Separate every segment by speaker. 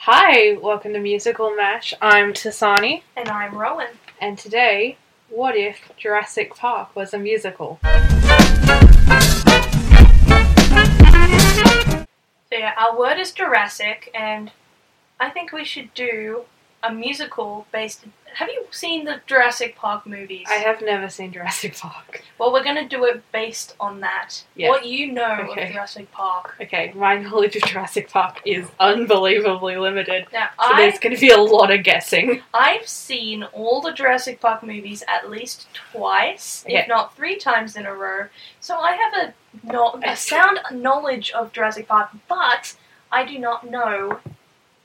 Speaker 1: Hi, welcome to Musical Mash. I'm Tasani,
Speaker 2: And I'm Rowan.
Speaker 1: and today, what if Jurassic Park was a musical?
Speaker 2: So yeah, our word is Jurassic, and I think we should do a musical based. Have you seen the Jurassic Park movies?
Speaker 1: I have never seen Jurassic Park.
Speaker 2: Well, we're gonna do it based on that.
Speaker 1: Yeah.
Speaker 2: What you know
Speaker 1: Okay.
Speaker 2: of Jurassic Park.
Speaker 1: Okay, my knowledge of Jurassic Park is unbelievably limited,
Speaker 2: Now,
Speaker 1: so
Speaker 2: I
Speaker 1: there's going to be a lot of guessing.
Speaker 2: I've seen all the Jurassic Park movies at least twice,
Speaker 1: Okay.
Speaker 2: if not three times in a row. So I have a no-
Speaker 1: I
Speaker 2: a
Speaker 1: see.
Speaker 2: sound knowledge of Jurassic Park, but I do not know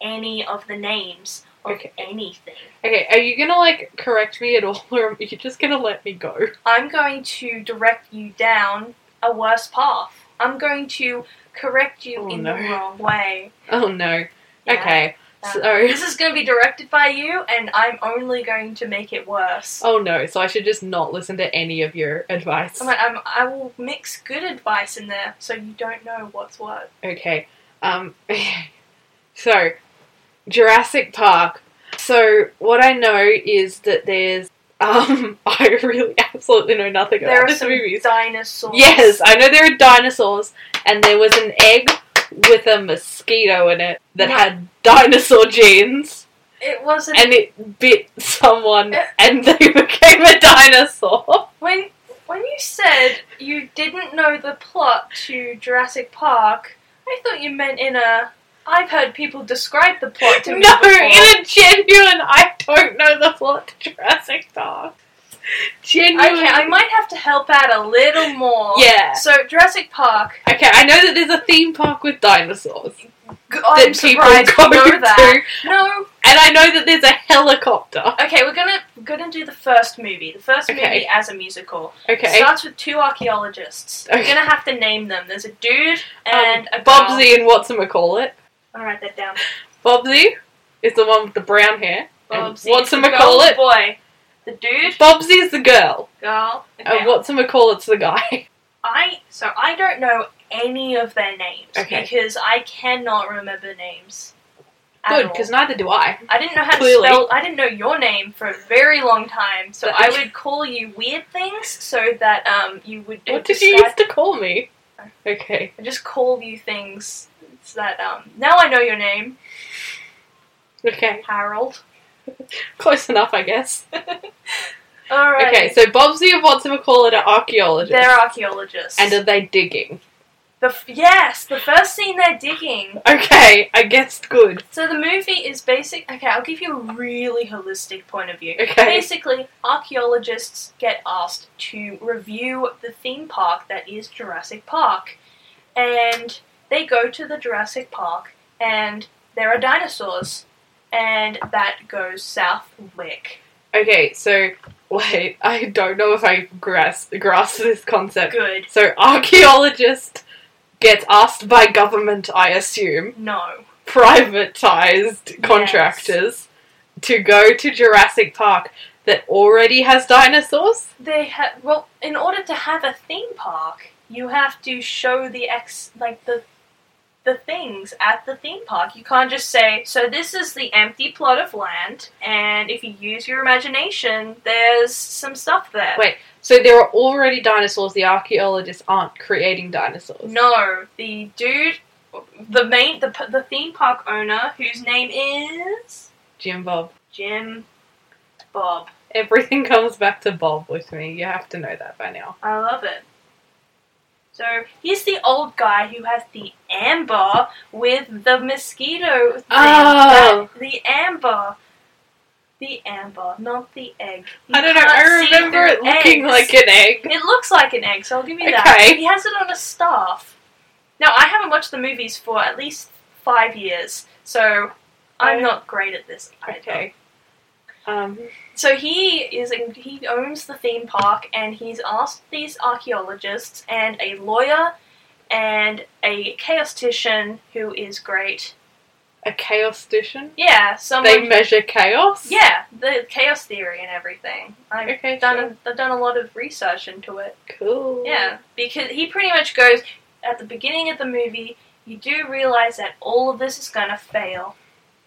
Speaker 2: any of the names of
Speaker 1: Okay.
Speaker 2: anything.
Speaker 1: Okay, are you going to like correct me at all, or are you just going to let me go?
Speaker 2: I'm going to direct you down a worse path. I'm going to correct you
Speaker 1: Oh,
Speaker 2: in
Speaker 1: no.
Speaker 2: the wrong way.
Speaker 1: Oh no.
Speaker 2: Yeah.
Speaker 1: Okay,
Speaker 2: Uh,
Speaker 1: so.
Speaker 2: This is going to be directed by you, and I'm only going to make it worse.
Speaker 1: Oh no, so I should just not listen to any of your advice.
Speaker 2: I'm like, I'm, I will mix good advice in there so you don't know what's what.
Speaker 1: Okay. Um, so, Jurassic Park. So, what I know is that there's. Um, I really absolutely know nothing
Speaker 2: there
Speaker 1: about
Speaker 2: are
Speaker 1: this
Speaker 2: some
Speaker 1: movie.
Speaker 2: dinosaurs.
Speaker 1: Yes, I know there are dinosaurs, and there was an egg with a mosquito in it that
Speaker 2: No.
Speaker 1: had dinosaur genes,
Speaker 2: It wasn't.
Speaker 1: and it bit someone, and they became a dinosaur.
Speaker 2: when, when you said you didn't know the plot to Jurassic Park, I thought you meant in a. I've heard people describe the plot to
Speaker 1: No,
Speaker 2: me.
Speaker 1: in
Speaker 2: before.
Speaker 1: a genuine, I don't know the plot to Jurassic Park. Genuine.
Speaker 2: Okay, I might have to help out a little more.
Speaker 1: Yeah.
Speaker 2: So Jurassic Park.
Speaker 1: Okay, I know that there's a theme park with dinosaurs
Speaker 2: G-
Speaker 1: that
Speaker 2: I'm
Speaker 1: people
Speaker 2: surprised
Speaker 1: go
Speaker 2: you know
Speaker 1: to,
Speaker 2: that. No.
Speaker 1: and I know that there's a helicopter.
Speaker 2: Okay, we're gonna we're gonna do the first movie. The first
Speaker 1: Okay.
Speaker 2: movie as a musical.
Speaker 1: Okay,
Speaker 2: Starts with two archaeologists. We're
Speaker 1: Okay.
Speaker 2: gonna have to name them. There's a dude
Speaker 1: Um,
Speaker 2: and a
Speaker 1: Bobsy and what's call it?
Speaker 2: Girl. I'll write that down.
Speaker 1: Bobsy is the one with the brown hair. and
Speaker 2: Bobsy. is the girl,
Speaker 1: whatsamacallit-
Speaker 2: the Boy. The dude.
Speaker 1: Bobsy's the girl,
Speaker 2: Girl. Okay.
Speaker 1: and what's whatsamacallit's the guy.
Speaker 2: I so I don't know any of their names
Speaker 1: Okay.
Speaker 2: because I cannot remember names. at
Speaker 1: Good,
Speaker 2: all.
Speaker 1: because neither do I.
Speaker 2: I didn't know how
Speaker 1: Clearly.
Speaker 2: to spell. I didn't know your name for a very long time, so
Speaker 1: But-
Speaker 2: I would call you weird things so that um you would.
Speaker 1: What did you
Speaker 2: describe-
Speaker 1: used to call me? Okay,
Speaker 2: I just call you things so that um now I know your name,
Speaker 1: okay,
Speaker 2: Harold.
Speaker 1: close enough, I guess.
Speaker 2: All right.
Speaker 1: Okay, so Bobsy and what's whatsamacallit are archaeologists,
Speaker 2: they're archaeologists.
Speaker 1: and are they digging?
Speaker 2: the f- yes, the first scene they're digging.
Speaker 1: Okay, I guessed good.
Speaker 2: So the movie is basic. Okay, I'll give you a really holistic point of view.
Speaker 1: Okay.
Speaker 2: Basically, archaeologists get asked to review the theme park that is Jurassic Park, and they go to the Jurassic Park, and there are dinosaurs, and that goes south wick.
Speaker 1: Okay, so wait, I don't know if I grasp grasp this concept.
Speaker 2: Good.
Speaker 1: So archaeologist gets asked by government, I assume,
Speaker 2: No.
Speaker 1: privatized contractors to go to Jurassic Park that already has dinosaurs.
Speaker 2: They have well, in order to have a theme park, you have to show the ex like the the things at the theme park. You can't just say, "So this is the empty plot of land, and if you use your imagination, there's some stuff there."
Speaker 1: Wait, so there are already dinosaurs. The archaeologists aren't creating dinosaurs.
Speaker 2: no, the dude the main the p- the theme park owner whose name is
Speaker 1: Jim Bob.
Speaker 2: Jim Bob.
Speaker 1: Everything comes back to Bob with me. You have to know that by now.
Speaker 2: I love it. So he's the old guy who has the amber with the mosquito thing.
Speaker 1: Oh.
Speaker 2: That- the amber. The amber, not the egg. You
Speaker 1: I don't know.
Speaker 2: can't
Speaker 1: I
Speaker 2: see
Speaker 1: remember it
Speaker 2: through
Speaker 1: looking
Speaker 2: eggs.
Speaker 1: like an egg.
Speaker 2: It looks like an egg, so I'll give you that.
Speaker 1: Okay.
Speaker 2: He has it on a staff. Now, I haven't watched the movies for at least five years, so I'm
Speaker 1: Oh.
Speaker 2: not great at this either.
Speaker 1: Okay. Um,
Speaker 2: So he is he owns the theme park, and he's asked these archaeologists and a lawyer and a chaotician who is great.
Speaker 1: a chaostician.
Speaker 2: Yeah, someone.
Speaker 1: They measure chaos.
Speaker 2: yeah, the chaos theory and everything. I've
Speaker 1: Okay,
Speaker 2: done.
Speaker 1: sure.
Speaker 2: A, I've done a lot of research into it.
Speaker 1: Cool.
Speaker 2: Yeah, because he pretty much goes at the beginning of the movie. You do realize that all of this is going to fail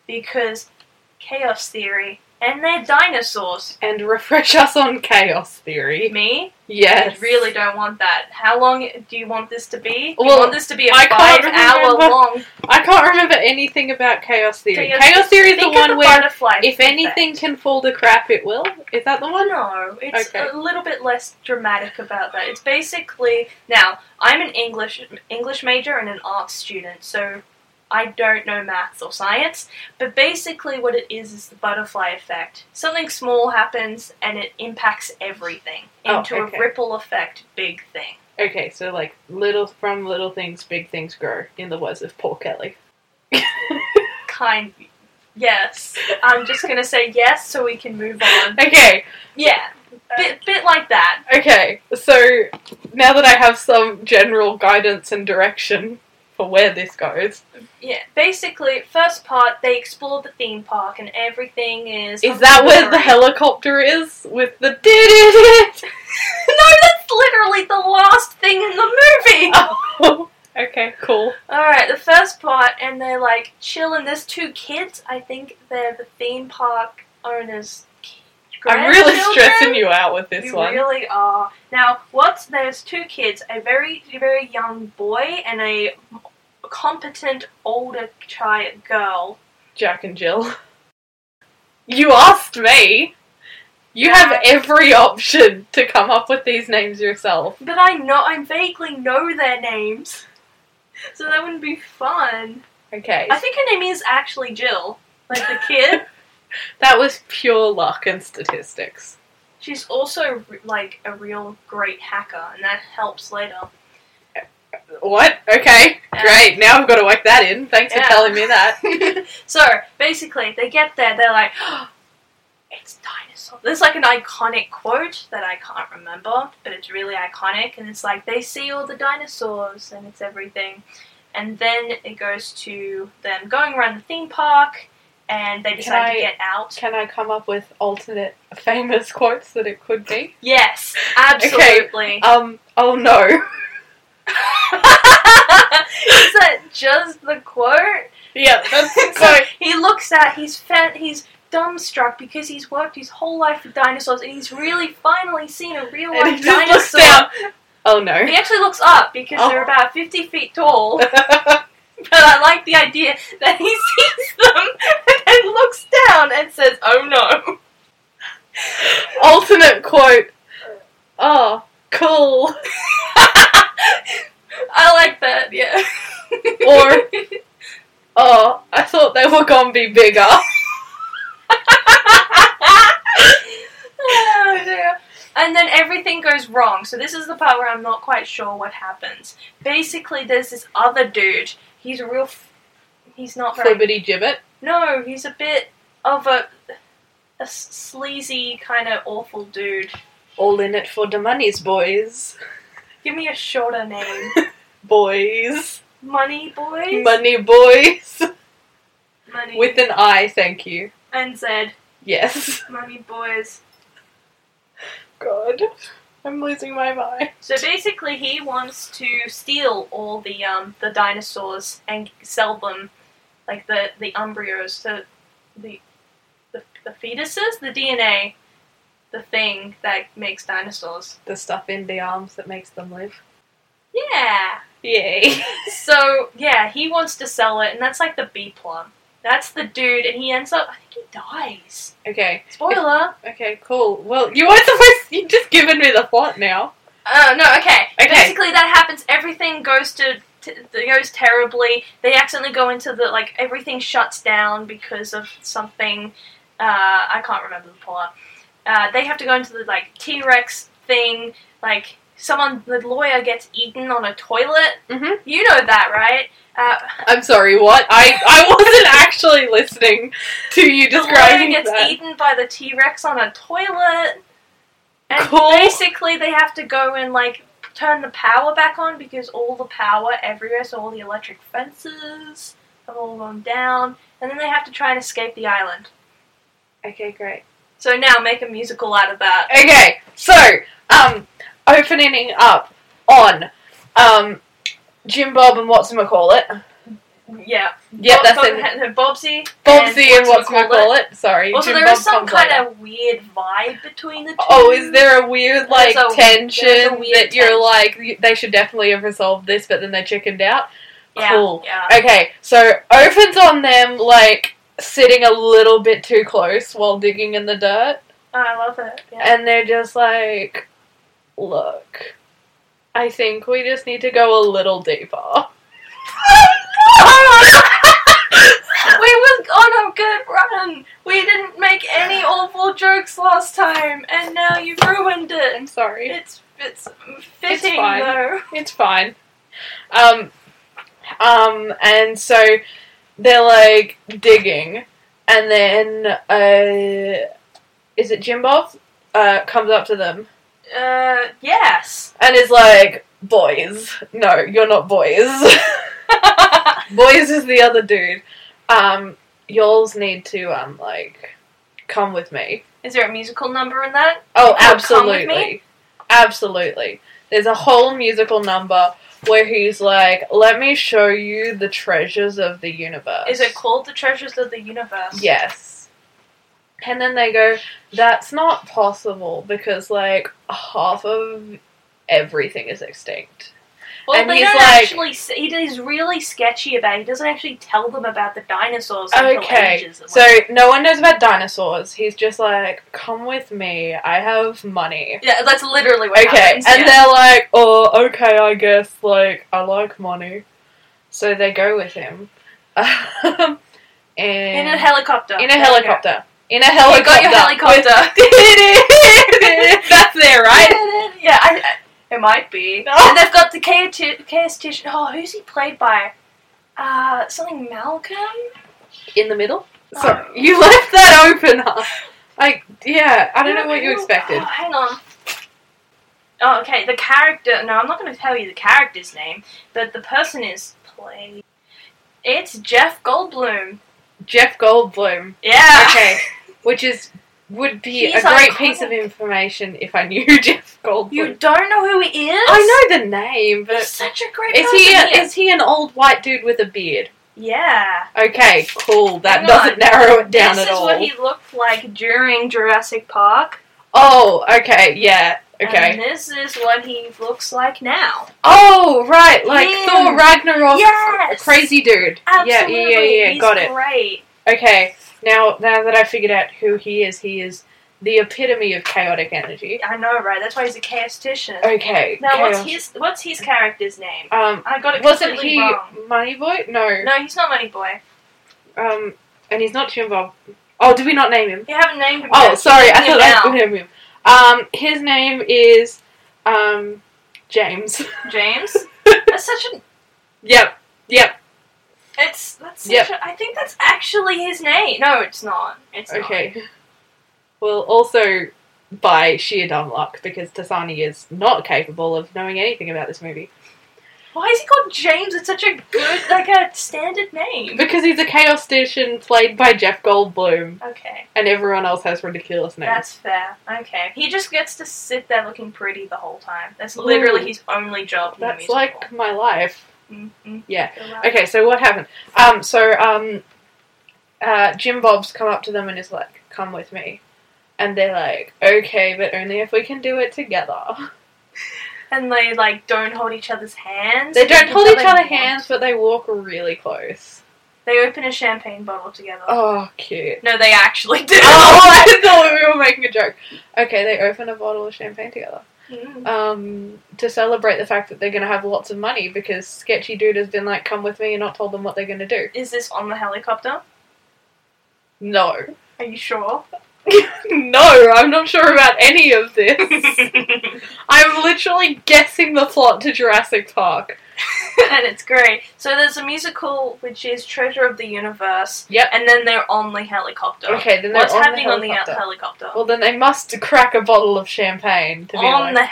Speaker 2: because chaos theory and they're dinosaurs.
Speaker 1: And refresh us on chaos theory.
Speaker 2: Me,
Speaker 1: Yes.
Speaker 2: I really don't want that. How long do you want this to be? Do
Speaker 1: Well,
Speaker 2: you want this to be a
Speaker 1: I can't
Speaker 2: five-hour
Speaker 1: remember.
Speaker 2: long?
Speaker 1: I can't remember anything about chaos theory.
Speaker 2: Chaos-
Speaker 1: Chaos, theory is the
Speaker 2: Think of
Speaker 1: one
Speaker 2: the
Speaker 1: where
Speaker 2: butterfly
Speaker 1: if
Speaker 2: effect.
Speaker 1: anything can fall to crap, it will. Is that the one?
Speaker 2: No, it's
Speaker 1: Okay.
Speaker 2: a little bit less dramatic about that. It's basically now I'm an English English major and an arts student, so I don't know maths or science. But basically, what it is is the butterfly effect. Something small happens and it impacts everything
Speaker 1: Oh,
Speaker 2: into
Speaker 1: okay.
Speaker 2: a ripple effect, big thing.
Speaker 1: Okay, so like little from little things, big things grow. In the words of Paul Kelly.
Speaker 2: Kind. Yes, I'm just gonna say yes so we can move on.
Speaker 1: Okay,
Speaker 2: Yeah, bit bit like that.
Speaker 1: okay. So now that I have some general guidance and direction for where this goes,
Speaker 2: Yeah, basically, first part they explore the theme park and everything is.
Speaker 1: is that where the
Speaker 2: hilarious.
Speaker 1: helicopter is with the did
Speaker 2: no, that's literally the last thing in the movie.
Speaker 1: Oh. it? okay, cool.
Speaker 2: All right, the first part, and they're like chilling. There's two kids. I think they're the theme park owners. ki-
Speaker 1: I'm really
Speaker 2: grandchildren?
Speaker 1: stressing you out with this
Speaker 2: We
Speaker 1: one.
Speaker 2: really are. Now, what's there's two kids, a very very young boy and a competent older child girl.
Speaker 1: Jack and Jill. You asked me. You have
Speaker 2: Jack.
Speaker 1: every option to come up with these names yourself.
Speaker 2: But I know I vaguely know their names, so that wouldn't be fun.
Speaker 1: Okay.
Speaker 2: I think her name is actually Jill, like the kid.
Speaker 1: That was pure luck and statistics.
Speaker 2: She's also like a real great hacker, and that helps later.
Speaker 1: What? Okay.
Speaker 2: Yeah.
Speaker 1: Great. Now I've got to work that in. Thanks
Speaker 2: Yeah.
Speaker 1: for telling me that.
Speaker 2: so basically, they get there. They're like, "It's dinosaur." There's like an iconic quote that I can't remember, but it's really iconic, and it's like they see all the dinosaurs, and it's everything. And then it goes to them going around the theme park, and they decide to
Speaker 1: I-
Speaker 2: get out.
Speaker 1: Can I come up with alternate famous quotes that it could be?
Speaker 2: Yes, absolutely.
Speaker 1: Um, oh no.
Speaker 2: Is that just the quote?
Speaker 1: yeah, that's the
Speaker 2: so
Speaker 1: quote.
Speaker 2: he looks at he's fed he's dumbstruck because he's worked his whole life with dinosaurs and he's really finally seen a real
Speaker 1: And
Speaker 2: life
Speaker 1: he just looks
Speaker 2: dinosaur.
Speaker 1: down. Oh no.
Speaker 2: He actually looks up because
Speaker 1: Oh.
Speaker 2: they're about fifty feet tall. But I like the idea that he sees them and then looks down and says, "Oh no!"
Speaker 1: alternate quote. Oh, cool.
Speaker 2: I like that. Yeah.
Speaker 1: Or- Oh, I thought they were gonna be bigger.
Speaker 2: Oh, dear. And then everything goes wrong. So this is the part where I'm not quite sure what happens. Basically, there's this other dude. He's a real. F- he's not very.
Speaker 1: Flibbity gibbet.
Speaker 2: No, he's a bit of a, a s- sleazy kind of awful dude.
Speaker 1: All in it for the monies, boys.
Speaker 2: Give me a shorter name.
Speaker 1: Boys.
Speaker 2: Money boys.
Speaker 1: Money boys.
Speaker 2: Money.
Speaker 1: With an I, thank you.
Speaker 2: NZ.
Speaker 1: Yes.
Speaker 2: Money boys.
Speaker 1: God. I'm losing my mind.
Speaker 2: So basically, he wants to steal all the um, the dinosaurs and sell them, like the the embryos, the the the, the fetuses, the DNA, the thing that makes dinosaurs.
Speaker 1: The stuff in the arms that makes them live.
Speaker 2: Yeah,
Speaker 1: Yay.
Speaker 2: So yeah, he wants to sell it, and that's like the B plot. That's the dude, and he ends up. I think he dies.
Speaker 1: okay.
Speaker 2: Spoiler.
Speaker 1: Okay, cool. Well, you weren't supposed you've just given me the plot now.
Speaker 2: Uh, no, okay.
Speaker 1: Okay.
Speaker 2: Basically, that happens. Everything goes to t- goes terribly. They accidentally go into the like everything shuts down because of something. Uh, I can't remember the plot. Uh, they have to go into the like T Rex thing. Like someone, the lawyer gets eaten on a toilet.
Speaker 1: Mhm.
Speaker 2: You know that, right? Uh,
Speaker 1: I'm sorry, what? I, I wasn't actually listening to you
Speaker 2: the lawyer
Speaker 1: describing
Speaker 2: gets
Speaker 1: that.
Speaker 2: eaten by the T Rex on a toilet. And
Speaker 1: Cool.
Speaker 2: basically, they have to go and like turn the power back on because all the power everywhere, so all the electric fences have all gone down, and then they have to try and escape the island.
Speaker 1: Okay, great.
Speaker 2: So now make a musical out of that.
Speaker 1: Okay, so um, opening up on um, Jim Bob and what's call it?
Speaker 2: Yeah.
Speaker 1: Yeah,
Speaker 2: Bob-
Speaker 1: that's
Speaker 2: Bob-
Speaker 1: it.
Speaker 2: no, Bobsy.
Speaker 1: Bobsy and what's
Speaker 2: whatchamacallit.
Speaker 1: call it? Sorry,
Speaker 2: Also,
Speaker 1: Jim
Speaker 2: there is
Speaker 1: Bob
Speaker 2: some
Speaker 1: comes
Speaker 2: kind
Speaker 1: later.
Speaker 2: of weird vibe between the two.
Speaker 1: Oh, is there a weird like
Speaker 2: There's a-
Speaker 1: tension
Speaker 2: there's a weird
Speaker 1: that you're
Speaker 2: tension.
Speaker 1: like y- they should definitely have resolved this, but then they chickened out?
Speaker 2: Yeah,
Speaker 1: cool.
Speaker 2: yeah.
Speaker 1: Okay, so opens on them like sitting a little bit too close while digging in the dirt,
Speaker 2: Oh, I love it. Yeah.
Speaker 1: and they're just like, "Look, I think we just need to go a little deeper."
Speaker 2: We were on a good run. We didn't make any awful jokes last time, and now you've ruined
Speaker 1: I'm
Speaker 2: it.
Speaker 1: sorry.
Speaker 2: It's it's fitting
Speaker 1: fine.
Speaker 2: though.
Speaker 1: It's fine. Um, um, and so they're like digging, and then uh, is it Jim Bob? Uh, comes up to them
Speaker 2: Uh, yes.
Speaker 1: and is like, "Boys, no, you're not boys. boys is the other dude. Um, y'all's need to um like come with me."
Speaker 2: Is there a musical number in that?
Speaker 1: Oh,
Speaker 2: Or come with me?
Speaker 1: absolutely. Absolutely. There's a whole musical number where he's like, let me show you the treasures of the universe.
Speaker 2: Is it called the Treasures of the Universe?
Speaker 1: Yes. And then they go, that's not possible because, like, half of everything is extinct.
Speaker 2: Well,
Speaker 1: And
Speaker 2: they
Speaker 1: he's
Speaker 2: don't
Speaker 1: like-
Speaker 2: actually. s- He He's really sketchy about. It. He doesn't actually tell them about the dinosaurs until
Speaker 1: Okay,
Speaker 2: ages.
Speaker 1: so no one knows about dinosaurs. He's just like, come with me, I have money.
Speaker 2: yeah, that's literally what
Speaker 1: Okay,
Speaker 2: happens.
Speaker 1: and
Speaker 2: yeah.
Speaker 1: they're like, oh, okay, I guess, like, I like money. So they go with him. and
Speaker 2: in a helicopter.
Speaker 1: In a helicopter. In a helicopter.
Speaker 2: You got your helicopter.
Speaker 1: That's there, right?
Speaker 2: Yeah, I, I, it might be.
Speaker 1: No.
Speaker 2: And they've got the chaotician. Oh, who's he played by? Uh, something Malcolm.
Speaker 1: In the middle?
Speaker 2: Oh.
Speaker 1: Sorry. You left that open, huh? I, yeah, I don't know what you
Speaker 2: Who-
Speaker 1: expected.
Speaker 2: Oh, hang on. Oh, okay. The character. No, I'm not going to tell you the character's name, but the person is played. It's Jeff Goldblum.
Speaker 1: Jeff Goldblum.
Speaker 2: Yeah.
Speaker 1: Okay. Which is, would be
Speaker 2: He's
Speaker 1: a great piece
Speaker 2: iconic.
Speaker 1: of information if I knew Jeff Goldblum.
Speaker 2: You don't know who he is?
Speaker 1: I know the name, but
Speaker 2: He's such a great
Speaker 1: Is
Speaker 2: person.
Speaker 1: he,
Speaker 2: he
Speaker 1: is he an old white dude with a beard?
Speaker 2: Yeah.
Speaker 1: Okay, cool. That
Speaker 2: Hang
Speaker 1: doesn't
Speaker 2: on.
Speaker 1: narrow it down
Speaker 2: this
Speaker 1: at
Speaker 2: is
Speaker 1: all.
Speaker 2: what he looked like during Jurassic Park.
Speaker 1: Oh, okay, yeah,
Speaker 2: And
Speaker 1: okay.
Speaker 2: this is what he looks like now.
Speaker 1: Oh, right, like
Speaker 2: Yeah.
Speaker 1: Thor Ragnarok,
Speaker 2: Yes!
Speaker 1: crazy dude.
Speaker 2: Absolutely.
Speaker 1: Yeah, yeah, yeah, yeah.
Speaker 2: He's
Speaker 1: Got it.
Speaker 2: Great.
Speaker 1: Okay, now now that I figured out who he is, he is the epitome of chaotic energy.
Speaker 2: I know, right? That's why he's a chaotician.
Speaker 1: Okay,
Speaker 2: Now, what's
Speaker 1: chaos.
Speaker 2: his what's his character's name?
Speaker 1: Um,
Speaker 2: I got it
Speaker 1: wasn't
Speaker 2: completely
Speaker 1: he
Speaker 2: wrong.
Speaker 1: Money Boy? No.
Speaker 2: No, he's not Money Boy.
Speaker 1: Um, and he's not Jim Bob. Oh, did we not name him?
Speaker 2: You haven't named him.
Speaker 1: Oh,
Speaker 2: yet.
Speaker 1: sorry, I
Speaker 2: Name him
Speaker 1: thought I
Speaker 2: now.
Speaker 1: could name him. Um, his name is um James.
Speaker 2: James. That's such an.
Speaker 1: yep, yep.
Speaker 2: It's that's. Such
Speaker 1: Yep.
Speaker 2: a, I think that's actually his name. No, it's not. It's not.
Speaker 1: Okay. Well, also by sheer dumb luck, because Tasani is not capable of knowing anything about this movie
Speaker 2: Why is he called James? It's such a good, like a standard name.
Speaker 1: because he's a chaotician played by Jeff Goldblum,
Speaker 2: Okay,
Speaker 1: and everyone else has ridiculous names.
Speaker 2: that's fair. Okay, he just gets to sit there looking pretty the whole time. That's literally
Speaker 1: Ooh.
Speaker 2: his only job. In
Speaker 1: That's
Speaker 2: the
Speaker 1: like my life.
Speaker 2: Mm-hmm.
Speaker 1: Yeah. Okay, so what happened? Um, so um, uh, Jim Bob's come up to them and is like, "Come with me," and they're like, "Okay, but only if we can do it together."
Speaker 2: and they like don't hold each other's hands.
Speaker 1: They don't
Speaker 2: do
Speaker 1: hold
Speaker 2: what
Speaker 1: each
Speaker 2: they
Speaker 1: other
Speaker 2: want.
Speaker 1: hands, but they walk really close.
Speaker 2: They open a champagne bottle together.
Speaker 1: Oh, cute.
Speaker 2: No, they actually do.
Speaker 1: Oh, I thought we were making a joke. Okay, they open a bottle of champagne together.
Speaker 2: Mm.
Speaker 1: Um, to celebrate the fact that they're gonna have lots of money because sketchy dude has been like, "Come with me," and not told them what they're gonna do.
Speaker 2: Is this on the helicopter?
Speaker 1: No,
Speaker 2: Are you sure?
Speaker 1: no, I'm not sure about any of this. I'm literally guessing the plot to Jurassic Park.
Speaker 2: and it's great. So there's a musical which is Treasure of the Universe.
Speaker 1: Yep.
Speaker 2: And then they're on the helicopter.
Speaker 1: Okay, then they're
Speaker 2: What's
Speaker 1: on the
Speaker 2: happening on the
Speaker 1: helicopter.
Speaker 2: hel- helicopter?
Speaker 1: Well, then they must crack a bottle of champagne to be Oh, like,
Speaker 2: on the
Speaker 1: on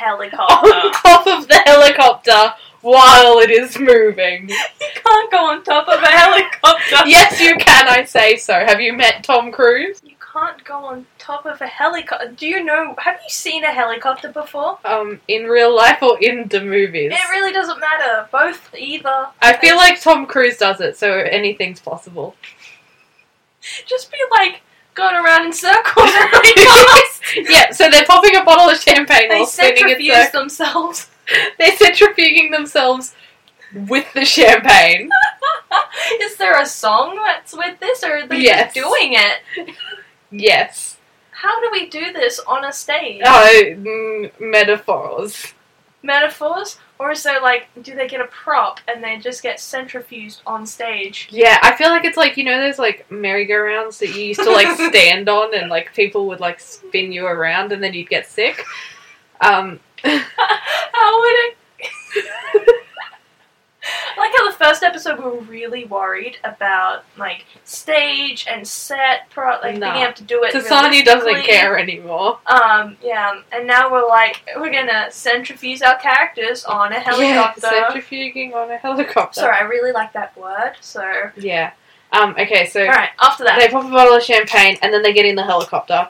Speaker 2: helicopter.
Speaker 1: top of the helicopter while it is moving.
Speaker 2: you can't go on top of a helicopter.
Speaker 1: yes, you can. I say so. Have you met Tom Cruise?
Speaker 2: You can't go on top of a helicopter. Do you know? Have you seen a helicopter before?
Speaker 1: Um, in real life or in the movies?
Speaker 2: It really doesn't matter. Both, either.
Speaker 1: I feel like Tom Cruise does it, so anything's possible.
Speaker 2: just be like going around in circles.
Speaker 1: yeah, so they're popping a bottle of champagne
Speaker 2: they
Speaker 1: while spinning it.
Speaker 2: centrifuge themselves.
Speaker 1: They're centrifuging themselves with the champagne.
Speaker 2: Is there a song that's with this, or are they
Speaker 1: Yes.
Speaker 2: just doing it?
Speaker 1: Yes.
Speaker 2: How do we do this on a stage?
Speaker 1: Oh, mm, metaphors.
Speaker 2: Metaphors, or is there like, do they get a prop and they just get centrifuged on stage?
Speaker 1: Yeah, I feel like it's like you know those like merry-go-rounds that you used to like stand on, and like people would like spin you around, and then you'd get sick. Um,
Speaker 2: how would it? I like how the first episode we were really worried about like stage and set, pro- like
Speaker 1: No.
Speaker 2: being able to do it.
Speaker 1: Tasani doesn't
Speaker 2: realistically.
Speaker 1: care anymore.
Speaker 2: Um, yeah, and now we're like, we're gonna centrifuge our characters on a helicopter.
Speaker 1: Yeah, centrifuging on a helicopter.
Speaker 2: Sorry, I really like that word, so.
Speaker 1: Yeah. Um. Okay. So
Speaker 2: Alright, after that.
Speaker 1: they pop a bottle of champagne, and then they get in the helicopter,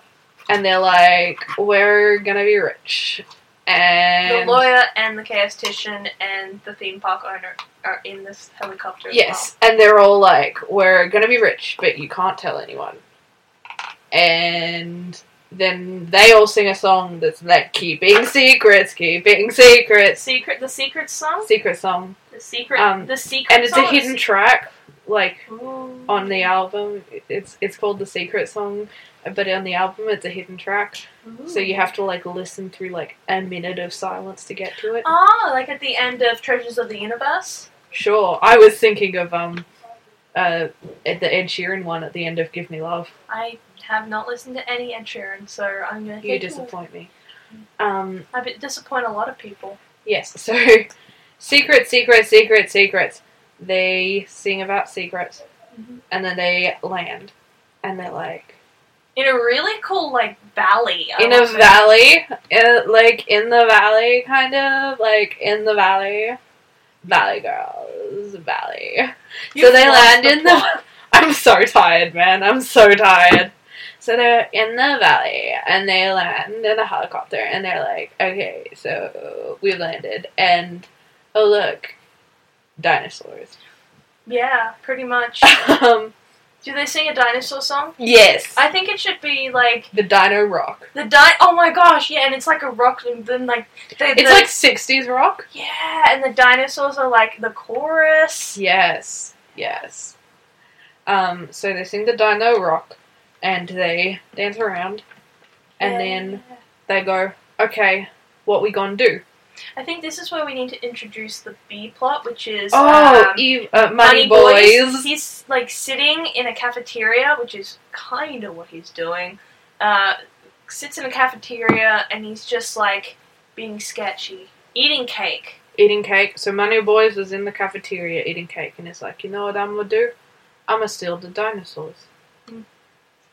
Speaker 1: and they're like, "We're gonna be rich."
Speaker 2: The
Speaker 1: And
Speaker 2: lawyer and the chaotician and the theme park owner are in this helicopter. as
Speaker 1: Yes, and they're all like, "We're gonna be rich, but you can't tell anyone." And then they all sing a song that's like "Keeping Secrets, Keeping
Speaker 2: well.
Speaker 1: Secrets,"
Speaker 2: Secret, the secret song,
Speaker 1: secret song,
Speaker 2: the secret,
Speaker 1: um,
Speaker 2: the secret,
Speaker 1: and it's a
Speaker 2: song?
Speaker 1: hidden track, like
Speaker 2: Ooh.
Speaker 1: on the album. It's it's called the secret song, but on the album it's a hidden track,
Speaker 2: Ooh.
Speaker 1: so you have to like listen through like a minute of silence to get to it.
Speaker 2: Oh, like at the end of Treasures of the Universe.
Speaker 1: Sure, I was thinking of um, uh, the Ed Sheeran one at the end of "Give Me Love."
Speaker 2: I have not listened to any Ed Sheeran, so I'm gonna.
Speaker 1: You
Speaker 2: think-
Speaker 1: disappoint me. Um,
Speaker 2: I be- disappoint a lot of people.
Speaker 1: yes, so secret, secret, secret, secrets. They sing about secrets
Speaker 2: Mhm.
Speaker 1: and then they land and they're like
Speaker 2: In a really cool like valley. I
Speaker 1: in a
Speaker 2: would say.
Speaker 1: valley, uh, like in the valley, kind of like in the valley, valley girls, valley.
Speaker 2: You've
Speaker 1: so they
Speaker 2: lost
Speaker 1: land in the.
Speaker 2: plot.
Speaker 1: I'm so tired, man. I'm so tired. So they're in the valley and they land in a helicopter and they're like, okay, so we landed and oh look, dinosaurs.
Speaker 2: Yeah, pretty much.
Speaker 1: um,
Speaker 2: Do they sing a dinosaur song?
Speaker 1: yes,
Speaker 2: I think it should be like
Speaker 1: the Dino Rock.
Speaker 2: the di. Oh my gosh, yeah, and it's like a rock, and then like the,
Speaker 1: It's
Speaker 2: the-
Speaker 1: like '60s rock.
Speaker 2: yeah, and the dinosaurs are like the chorus.
Speaker 1: Yes, yes. Um, so they sing the Dino Rock and they dance around and then they go, okay, what we gonna do?
Speaker 2: I think this is where we need to introduce the B plot, which is
Speaker 1: Oh,
Speaker 2: um,
Speaker 1: Eve, uh, Money, Boys.
Speaker 2: He's like sitting in a cafeteria, which is kind of what he's doing. Uh, sits in a cafeteria and he's just like being sketchy, eating cake.
Speaker 1: Eating cake. So Money Boys was in the cafeteria eating cake, and it's like, you know what I'm gonna do? I'm gonna steal the dinosaurs.
Speaker 2: Mm.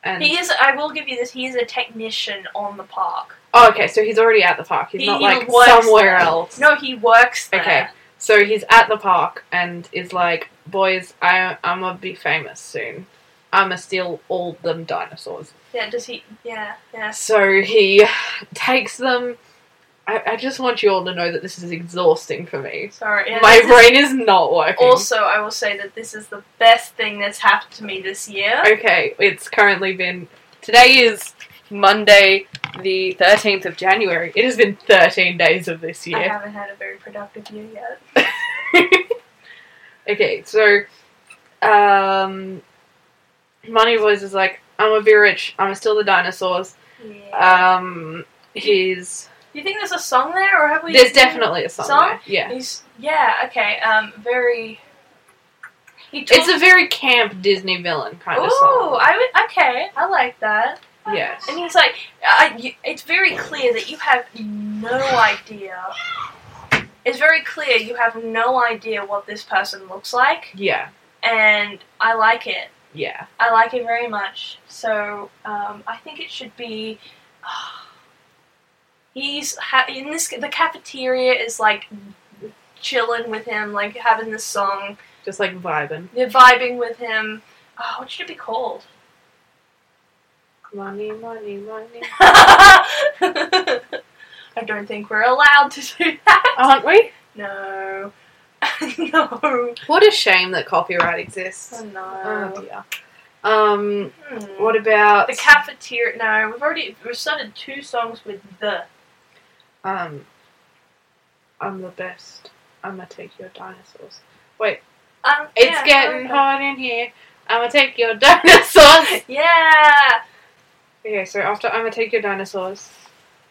Speaker 1: And
Speaker 2: He is. I will give you this. He is a technician on the park.
Speaker 1: oh, okay, so he's already at the park. He's
Speaker 2: He-
Speaker 1: not
Speaker 2: he
Speaker 1: like
Speaker 2: works
Speaker 1: somewhere
Speaker 2: there.
Speaker 1: else.
Speaker 2: No, he works there.
Speaker 1: Okay. So he's at the park and is like, boys, I I'm gonna be famous soon. I'm gonna steal all them dinosaurs.
Speaker 2: Yeah. Does he? Yeah. Yes.
Speaker 1: So he takes them. I, I just want you all to know that this is exhausting for me.
Speaker 2: Sorry. yeah,
Speaker 1: My
Speaker 2: this is-
Speaker 1: brain is not working.
Speaker 2: also, I will say that this is the best thing that's happened to me this year.
Speaker 1: Okay, it's currently been. Today is Monday, the 13th of January. It has been 13 days of this
Speaker 2: I
Speaker 1: year.
Speaker 2: haven't had a very productive year yet.
Speaker 1: okay, so um, Money Boys is like, I'm gonna be rich. I'm still the dinosaurs.
Speaker 2: Yeah.
Speaker 1: Um, he's
Speaker 2: you think there's a song there, or have we?
Speaker 1: there's definitely a song.
Speaker 2: Song?
Speaker 1: there, Yeah,
Speaker 2: He's yeah okay. Um, very. He
Speaker 1: it's
Speaker 2: talk-
Speaker 1: a very camp Disney villain kind
Speaker 2: Ooh,
Speaker 1: of song.
Speaker 2: I would okay. I like that.
Speaker 1: Yes.
Speaker 2: And he's like, I, you, it's very clear that you have no idea. It's very clear you have no idea what this person looks like,
Speaker 1: Yeah,
Speaker 2: and I like it.
Speaker 1: yeah.
Speaker 2: I like it very much. So um, I think it should be. he's ha- in this. The cafeteria is like chilling with him, like having this song.
Speaker 1: Just like vibing.
Speaker 2: They're vibing with him. Oh, what should it be called?
Speaker 1: Money, money, money.
Speaker 2: I don't think we're allowed to do that.
Speaker 1: Aren't we?
Speaker 2: No. no.
Speaker 1: What a shame that copyright exists.
Speaker 2: Oh,
Speaker 1: Oh
Speaker 2: no.
Speaker 1: dear. Um,
Speaker 2: Hmm.
Speaker 1: what about
Speaker 2: The cafeteria. No, we've already we've started two songs with the.
Speaker 1: Um, I'm the best. I'm gonna take your dinosaurs. Wait,
Speaker 2: Um,
Speaker 1: it's
Speaker 2: yeah,
Speaker 1: getting
Speaker 2: okay.
Speaker 1: hot in here. I'm gonna take your dinosaurs.
Speaker 2: Yeah.
Speaker 1: okay, so after I'm gonna take your dinosaurs,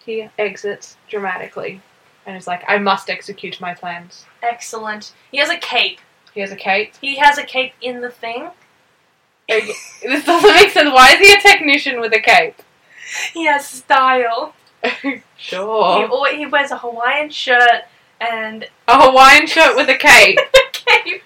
Speaker 1: he exits dramatically, and is like, I must execute my plans.
Speaker 2: Excellent. He has a cape.
Speaker 1: He has a cape.
Speaker 2: He has a cape in the thing.
Speaker 1: Okay, this doesn't make sense. Why is he a technician with a cape?
Speaker 2: He has style. He,
Speaker 1: sure.
Speaker 2: al- he wears a Hawaiian shirt and
Speaker 1: A Hawaiian shirt with a cape.
Speaker 2: a cape.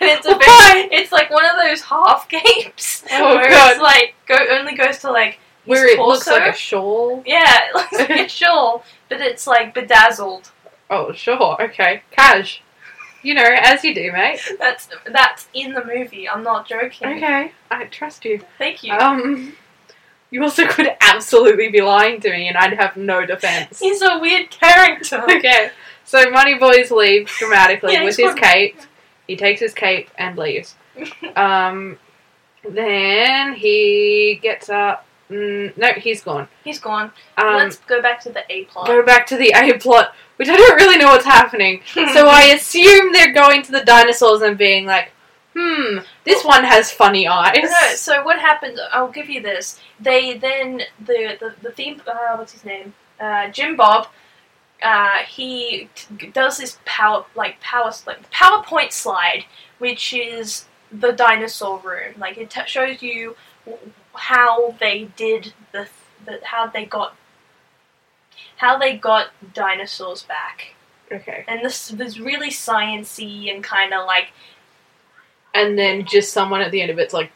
Speaker 2: And it's a very,
Speaker 1: Why?
Speaker 2: it's like one of those half capes
Speaker 1: Oh,
Speaker 2: where
Speaker 1: God.
Speaker 2: it's like go only goes to like his
Speaker 1: Where it
Speaker 2: torso.
Speaker 1: looks like a shawl.
Speaker 2: yeah, it looks like a shawl, but it's like bedazzled.
Speaker 1: Oh, sure. Okay. Cash. You know, as you do, mate.
Speaker 2: That's that's in the movie. I'm not joking.
Speaker 1: Okay. I trust you.
Speaker 2: Thank you.
Speaker 1: Um, you also could absolutely be lying to me, and I'd have no defense.
Speaker 2: He's a weird character.
Speaker 1: okay, so Money Boys leaves dramatically
Speaker 2: Yeah,
Speaker 1: with
Speaker 2: he's
Speaker 1: his
Speaker 2: gone.
Speaker 1: cape. He takes his cape and leaves. Um, then he gets up. Mm, no, he's gone.
Speaker 2: He's gone.
Speaker 1: Um,
Speaker 2: Let's go back to the A plot.
Speaker 1: go back to the A plot, which I don't really know what's happening. so I assume they're going to the dinosaurs and being like, "Hmm, this one has funny eyes."
Speaker 2: No, so what happens? I'll give you this. They then the the, the theme. Uh, what's his name? Uh, Jim Bob. Uh, he t- does this power like power like PowerPoint slide, which is the dinosaur room. Like it t- shows you w- how they did the, the how they got how they got dinosaurs back,
Speaker 1: Okay.
Speaker 2: and this this really sciency and kind of like
Speaker 1: and then just someone at the end of it's like,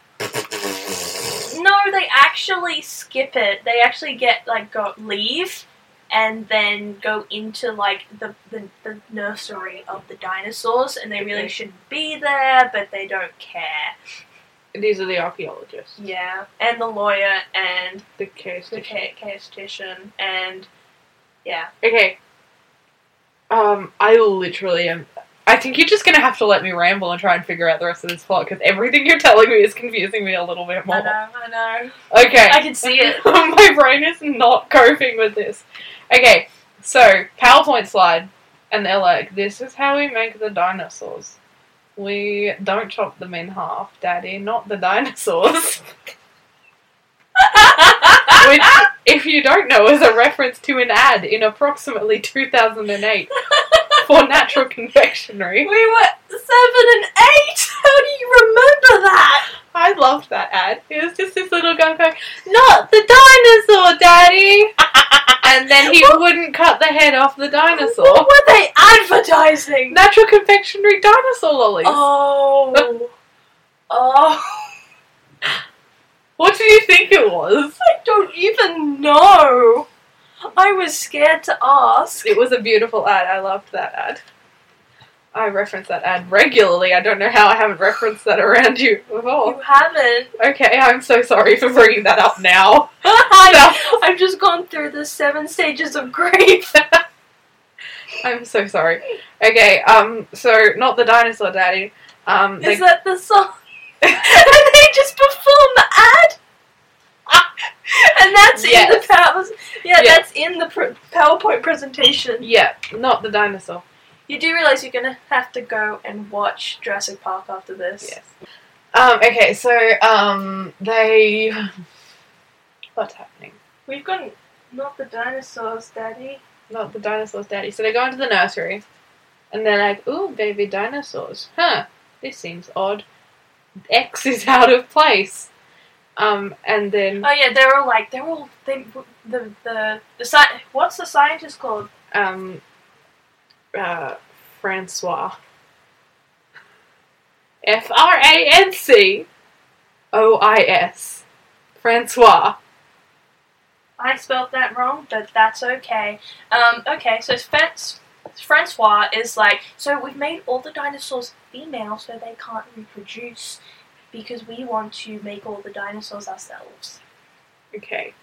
Speaker 2: No, they actually skip it. They actually get like go leave and then go into like the, the, the nursery of the dinosaurs and they really
Speaker 1: Okay.
Speaker 2: shouldn't be there but they don't care.
Speaker 1: these are the archaeologists,
Speaker 2: Yeah. And the lawyer and
Speaker 1: the case.
Speaker 2: the ca- statistician and yeah.
Speaker 1: Okay. Um, I literally am. I think you're just gonna have to let me ramble and try and figure out the rest of this plot because everything you're telling me is confusing me a little bit more.
Speaker 2: I know, I know.
Speaker 1: Okay.
Speaker 2: I can see it.
Speaker 1: My brain is not coping with this. Okay, so PowerPoint slide, and they're like, "This is how we make the dinosaurs. We don't chop them in half, Daddy. Not the dinosaurs." Which, if you don't know, is a reference to an ad in approximately 2008 for natural confectionery.
Speaker 2: We were seven and eight. How do you remember that?
Speaker 1: I loved that ad. It was just this little guy going, "Not the dinosaur, Daddy," and then he wouldn't cut the head off the dinosaur.
Speaker 2: What were they advertising?
Speaker 1: Natural confectionery dinosaur lollies.
Speaker 2: Oh. oh.
Speaker 1: What do you think it was?
Speaker 2: I don't even know. I was scared to ask.
Speaker 1: It was a beautiful ad. I loved that ad. I reference that ad regularly. I don't know how I haven't referenced that around you
Speaker 2: You
Speaker 1: before.
Speaker 2: haven't.
Speaker 1: Okay, I'm so sorry for bringing that up now.
Speaker 2: I, I've just gone through the seven stages of grief.
Speaker 1: I'm so sorry. Okay, um, so not the dinosaur daddy. Um, they
Speaker 2: Is that the song? and they just perform the ad? and that's in
Speaker 1: Yes.
Speaker 2: the powers. Yeah,
Speaker 1: Yeah.
Speaker 2: that's in the pr- PowerPoint presentation.
Speaker 1: Yeah, not the dinosaur.
Speaker 2: You do realize you're gonna have to go and watch Jurassic Park after this.
Speaker 1: Yes. Um, okay, so um, they. What's happening?
Speaker 2: We've got not the dinosaurs, Daddy.
Speaker 1: Not the dinosaurs, daddy. So they go into the nursery, and they're like, "Ooh, baby dinosaurs! Huh? This seems odd. X is out of place." Um, and then
Speaker 2: Oh yeah, they're all like they're all they, the the the sci- what's the scientist called?
Speaker 1: um, uh, Francois. F R A N C O I S. Francois.
Speaker 2: I spelled that wrong, but that's okay. Um, okay, so Fence, Francois is like, so we've made all the dinosaurs female so they can't reproduce because we want to make all the dinosaurs ourselves.
Speaker 1: Okay.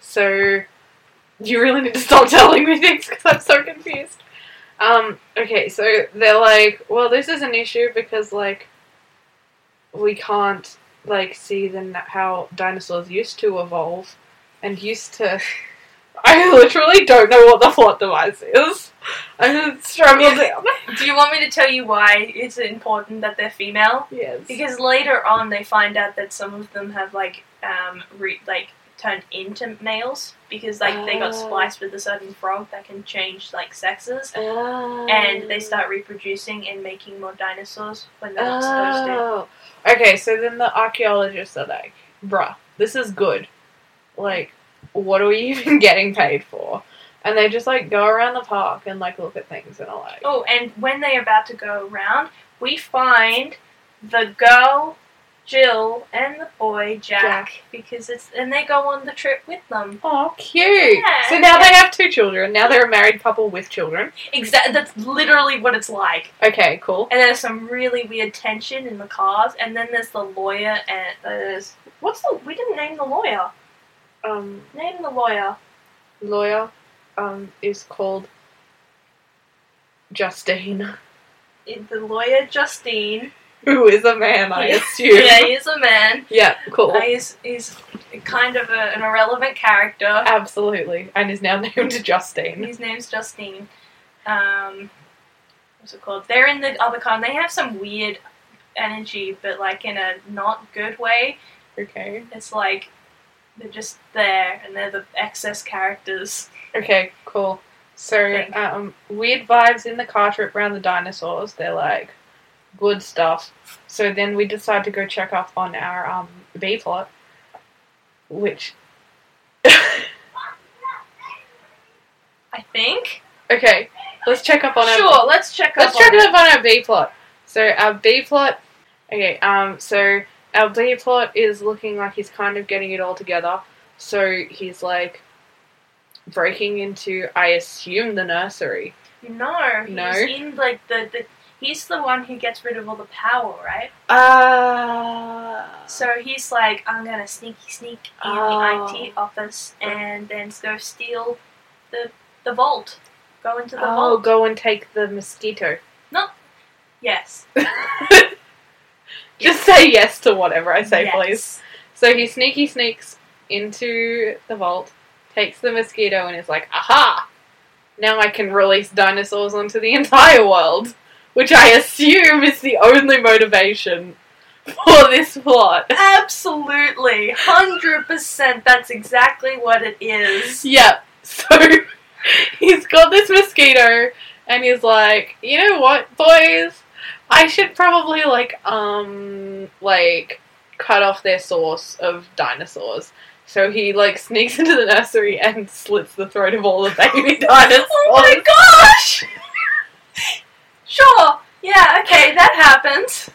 Speaker 1: So, you really need to stop telling me things because I'm so confused. Um, okay, so they're like, well, this is an issue because, like, we can't, like, see the, na- how dinosaurs used to evolve and used to. I literally don't know what the plot device is. I'm struggling.
Speaker 2: Do you want me to tell you why it's important that they're female?
Speaker 1: yes.
Speaker 2: Because later on they find out that some of them have like um re- like turned into males because like they
Speaker 1: Oh.
Speaker 2: got spliced with a certain frog that can change like sexes.
Speaker 1: Oh.
Speaker 2: and they start reproducing and making more dinosaurs when they're not supposed to.
Speaker 1: Oh. Okay, so then the archaeologists are like, bruh, this is good. Like, what are we even getting paid for? And they just like go around the park and like look at things and are like,
Speaker 2: Oh, and when they're about to go around, we find the girl, Jill, and the boy Jack,
Speaker 1: Jack.
Speaker 2: because it's and they go on the trip with them.
Speaker 1: oh, cute.
Speaker 2: Yeah.
Speaker 1: so now they have two children. Now they're a married couple with children.
Speaker 2: Exactly, that's literally what it's like.
Speaker 1: Okay, cool.
Speaker 2: And there's some really weird tension in the cars, and then there's the lawyer and uh, there's what's the we didn't name the lawyer.
Speaker 1: Um,
Speaker 2: Name the lawyer.
Speaker 1: lawyer, um, is called Justine,
Speaker 2: It- The lawyer Justine.
Speaker 1: who is a man, I assume.
Speaker 2: Yeah, he's a man.
Speaker 1: yeah, cool.
Speaker 2: Uh, he's, he's kind of a, an irrelevant character.
Speaker 1: Uh, Absolutely, and is now named Justine.
Speaker 2: His name's Justine. Um, what's it called? They're in the other car. And they have some weird energy, but like in a not good way.
Speaker 1: Okay.
Speaker 2: It's like they're just there, and they're the excess characters.
Speaker 1: Okay, cool. So,
Speaker 2: Thing.
Speaker 1: um, weird vibes in the car trip around the dinosaurs. They're like, good stuff. So then we decide to go check up on our um, B plot, which.
Speaker 2: I think.
Speaker 1: okay, let's check up on our.
Speaker 2: Sure, let's check
Speaker 1: Let's
Speaker 2: up.
Speaker 1: check
Speaker 2: on
Speaker 1: up on our B plot. So our B plot. Okay. Um. So our B plot is looking like he's kind of getting it all together. So he's like breaking into, I assume, the nursery.
Speaker 2: No,
Speaker 1: No.
Speaker 2: He's in like the, the he's the one who gets rid of all the power, right?
Speaker 1: Ah.
Speaker 2: So he's like, I'm gonna sneaky sneak in
Speaker 1: Oh.
Speaker 2: the IT office and then go steal the the vault. Go into the
Speaker 1: oh,
Speaker 2: vault.
Speaker 1: go and take the mosquito.
Speaker 2: Yes.
Speaker 1: Just say yes to whatever I say,
Speaker 2: Yes.
Speaker 1: please. So he sneaky sneaks into the vault, takes the mosquito, and is like, aha! Now I can release dinosaurs onto the entire world, which I assume is the only motivation for this plot.
Speaker 2: Absolutely. Hundred percent that's exactly what it is.
Speaker 1: Yeah, so he's got this mosquito, and he's like, you know what, boys? I should probably, like, um, like, cut off their source of dinosaurs. So he, like, sneaks into the nursery and slits the throat of all the baby dinosaurs.
Speaker 2: Oh my gosh! sure. Yeah, okay, that happens.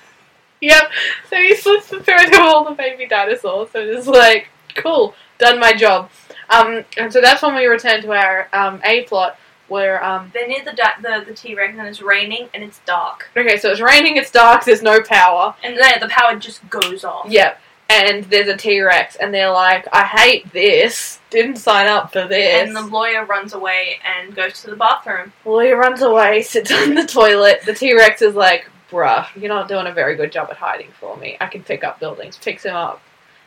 Speaker 1: Yep, so he slits the throat of all the baby dinosaurs, and it's like, cool, done my job. Um, and so that's when we return to our, um, A-plot, where, um,
Speaker 2: They're near the di- the the T Rex and it's raining and it's dark.
Speaker 1: Okay, so it's raining, it's dark, there's no power.
Speaker 2: And then the power just goes off.
Speaker 1: Yep. And there's a T Rex, and they're like, I hate this. Didn't sign up for this.
Speaker 2: And the lawyer runs away and goes to the bathroom.
Speaker 1: lawyer runs away, sits on the toilet. The T Rex is like, bruh, you're not doing a very good job at hiding for me. I can pick up buildings. Picks him up,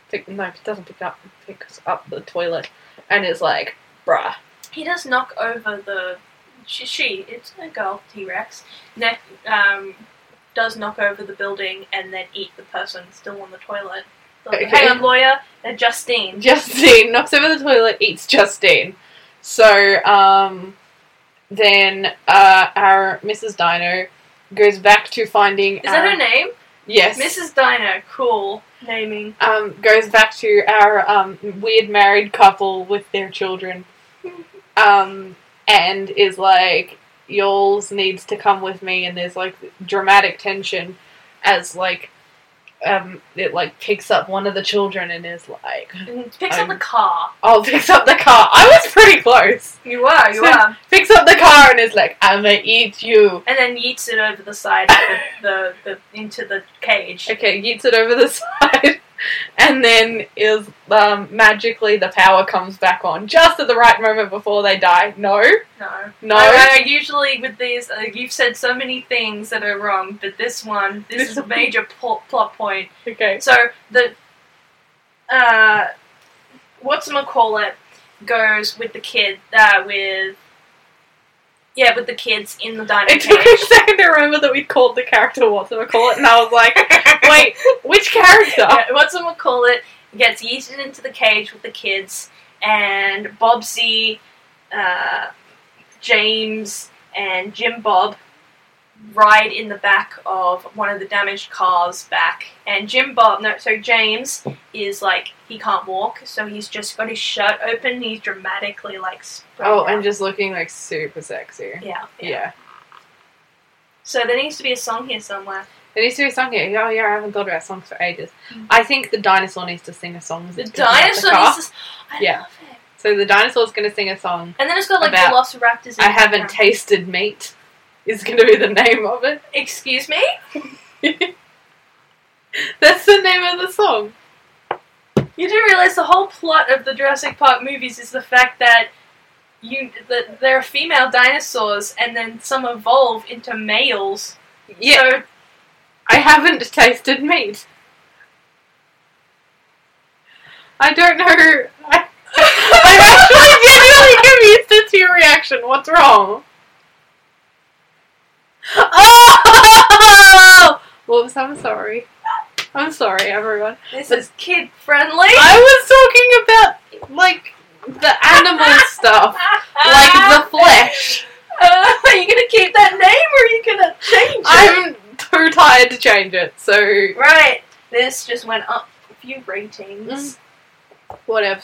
Speaker 1: pick no doesn't pick up picks up the toilet and is like, bruh.
Speaker 2: He does knock over the. She, she it's a girl, T Rex, ne- um, does knock over the building and then eat the person still on the toilet.
Speaker 1: Okay.
Speaker 2: Hang on, lawyer, uh, Justine.
Speaker 1: Justine knocks over the toilet, eats Justine. So um, then uh, our Mrs. Dino goes back to finding.
Speaker 2: Is that her name?
Speaker 1: um, Yes,
Speaker 2: Mrs. Dino. Cool. Naming.
Speaker 1: um, goes back to our um, weird married couple with their children, um, and is like, "Yours needs to come with me," and there's like dramatic tension as like um, it like picks up one of the children and is like,
Speaker 2: And Picks up
Speaker 1: Um,
Speaker 2: the car.
Speaker 1: "Oh, picks up the car." I was pretty close.
Speaker 2: You are, you
Speaker 1: so-
Speaker 2: are.
Speaker 1: Picks up the car and is like, "I'ma eat you."
Speaker 2: And then yeets it over the side of the, the, the into the cage.
Speaker 1: Okay, yeets it over the side. And then is um, magically the power comes back on just at the right moment before they die. No,
Speaker 2: No.
Speaker 1: no.
Speaker 2: I, I usually with these, uh, you've said so many things that are wrong, but this one, this,
Speaker 1: This
Speaker 2: is a
Speaker 1: one.
Speaker 2: major pl- plot point.
Speaker 1: Okay.
Speaker 2: So the uh, what's call it goes with the kid uh, with yeah with the kids in the diner
Speaker 1: It
Speaker 2: cage.
Speaker 1: took me a second to remember that we called the character Watson McCall it, and I was like, wait, which character?
Speaker 2: Yeah, what's it call it gets yeeted into the cage with the kids and Bobsy, uh, James, and Jim Bob ride in the back of one of the damaged cars back and Jim Bob no so James is like he can't walk so he's just got his shirt open he's dramatically like spread
Speaker 1: Oh,
Speaker 2: out.
Speaker 1: and just looking like super sexy.
Speaker 2: yeah,
Speaker 1: Yeah.
Speaker 2: so there needs to be a song here somewhere
Speaker 1: There needs to be a song here. Oh, yeah, I haven't thought about songs for ages. I think the dinosaur needs to sing a song. as
Speaker 2: the
Speaker 1: it's picking up
Speaker 2: dinosaur
Speaker 1: car.
Speaker 2: needs to I
Speaker 1: Yeah.
Speaker 2: love it
Speaker 1: So the dinosaur's going to sing a song.
Speaker 2: and then it's got like
Speaker 1: About-
Speaker 2: Velociraptors in
Speaker 1: I
Speaker 2: the
Speaker 1: haven't
Speaker 2: background.
Speaker 1: tasted meat is going to be the name of it.
Speaker 2: Excuse me?
Speaker 1: That's the name of the song.
Speaker 2: You do realize the whole plot of the Jurassic Park movies is the fact that you that there are female dinosaurs and then some evolve into males.
Speaker 1: Yeah,
Speaker 2: So
Speaker 1: I haven't tasted meat. I don't know. I, I'm actually genuinely confused at your reaction. What's wrong? Oh! Whoops, I'm sorry. I'm sorry, everyone.
Speaker 2: this is kid friendly.
Speaker 1: I was talking about, like, the animal stuff. Like, the flesh.
Speaker 2: Uh, are you gonna keep that name or are you gonna change it?
Speaker 1: I'm too tired to change it, so
Speaker 2: right. This just went up a few
Speaker 1: Mm.
Speaker 2: ratings.
Speaker 1: whatever.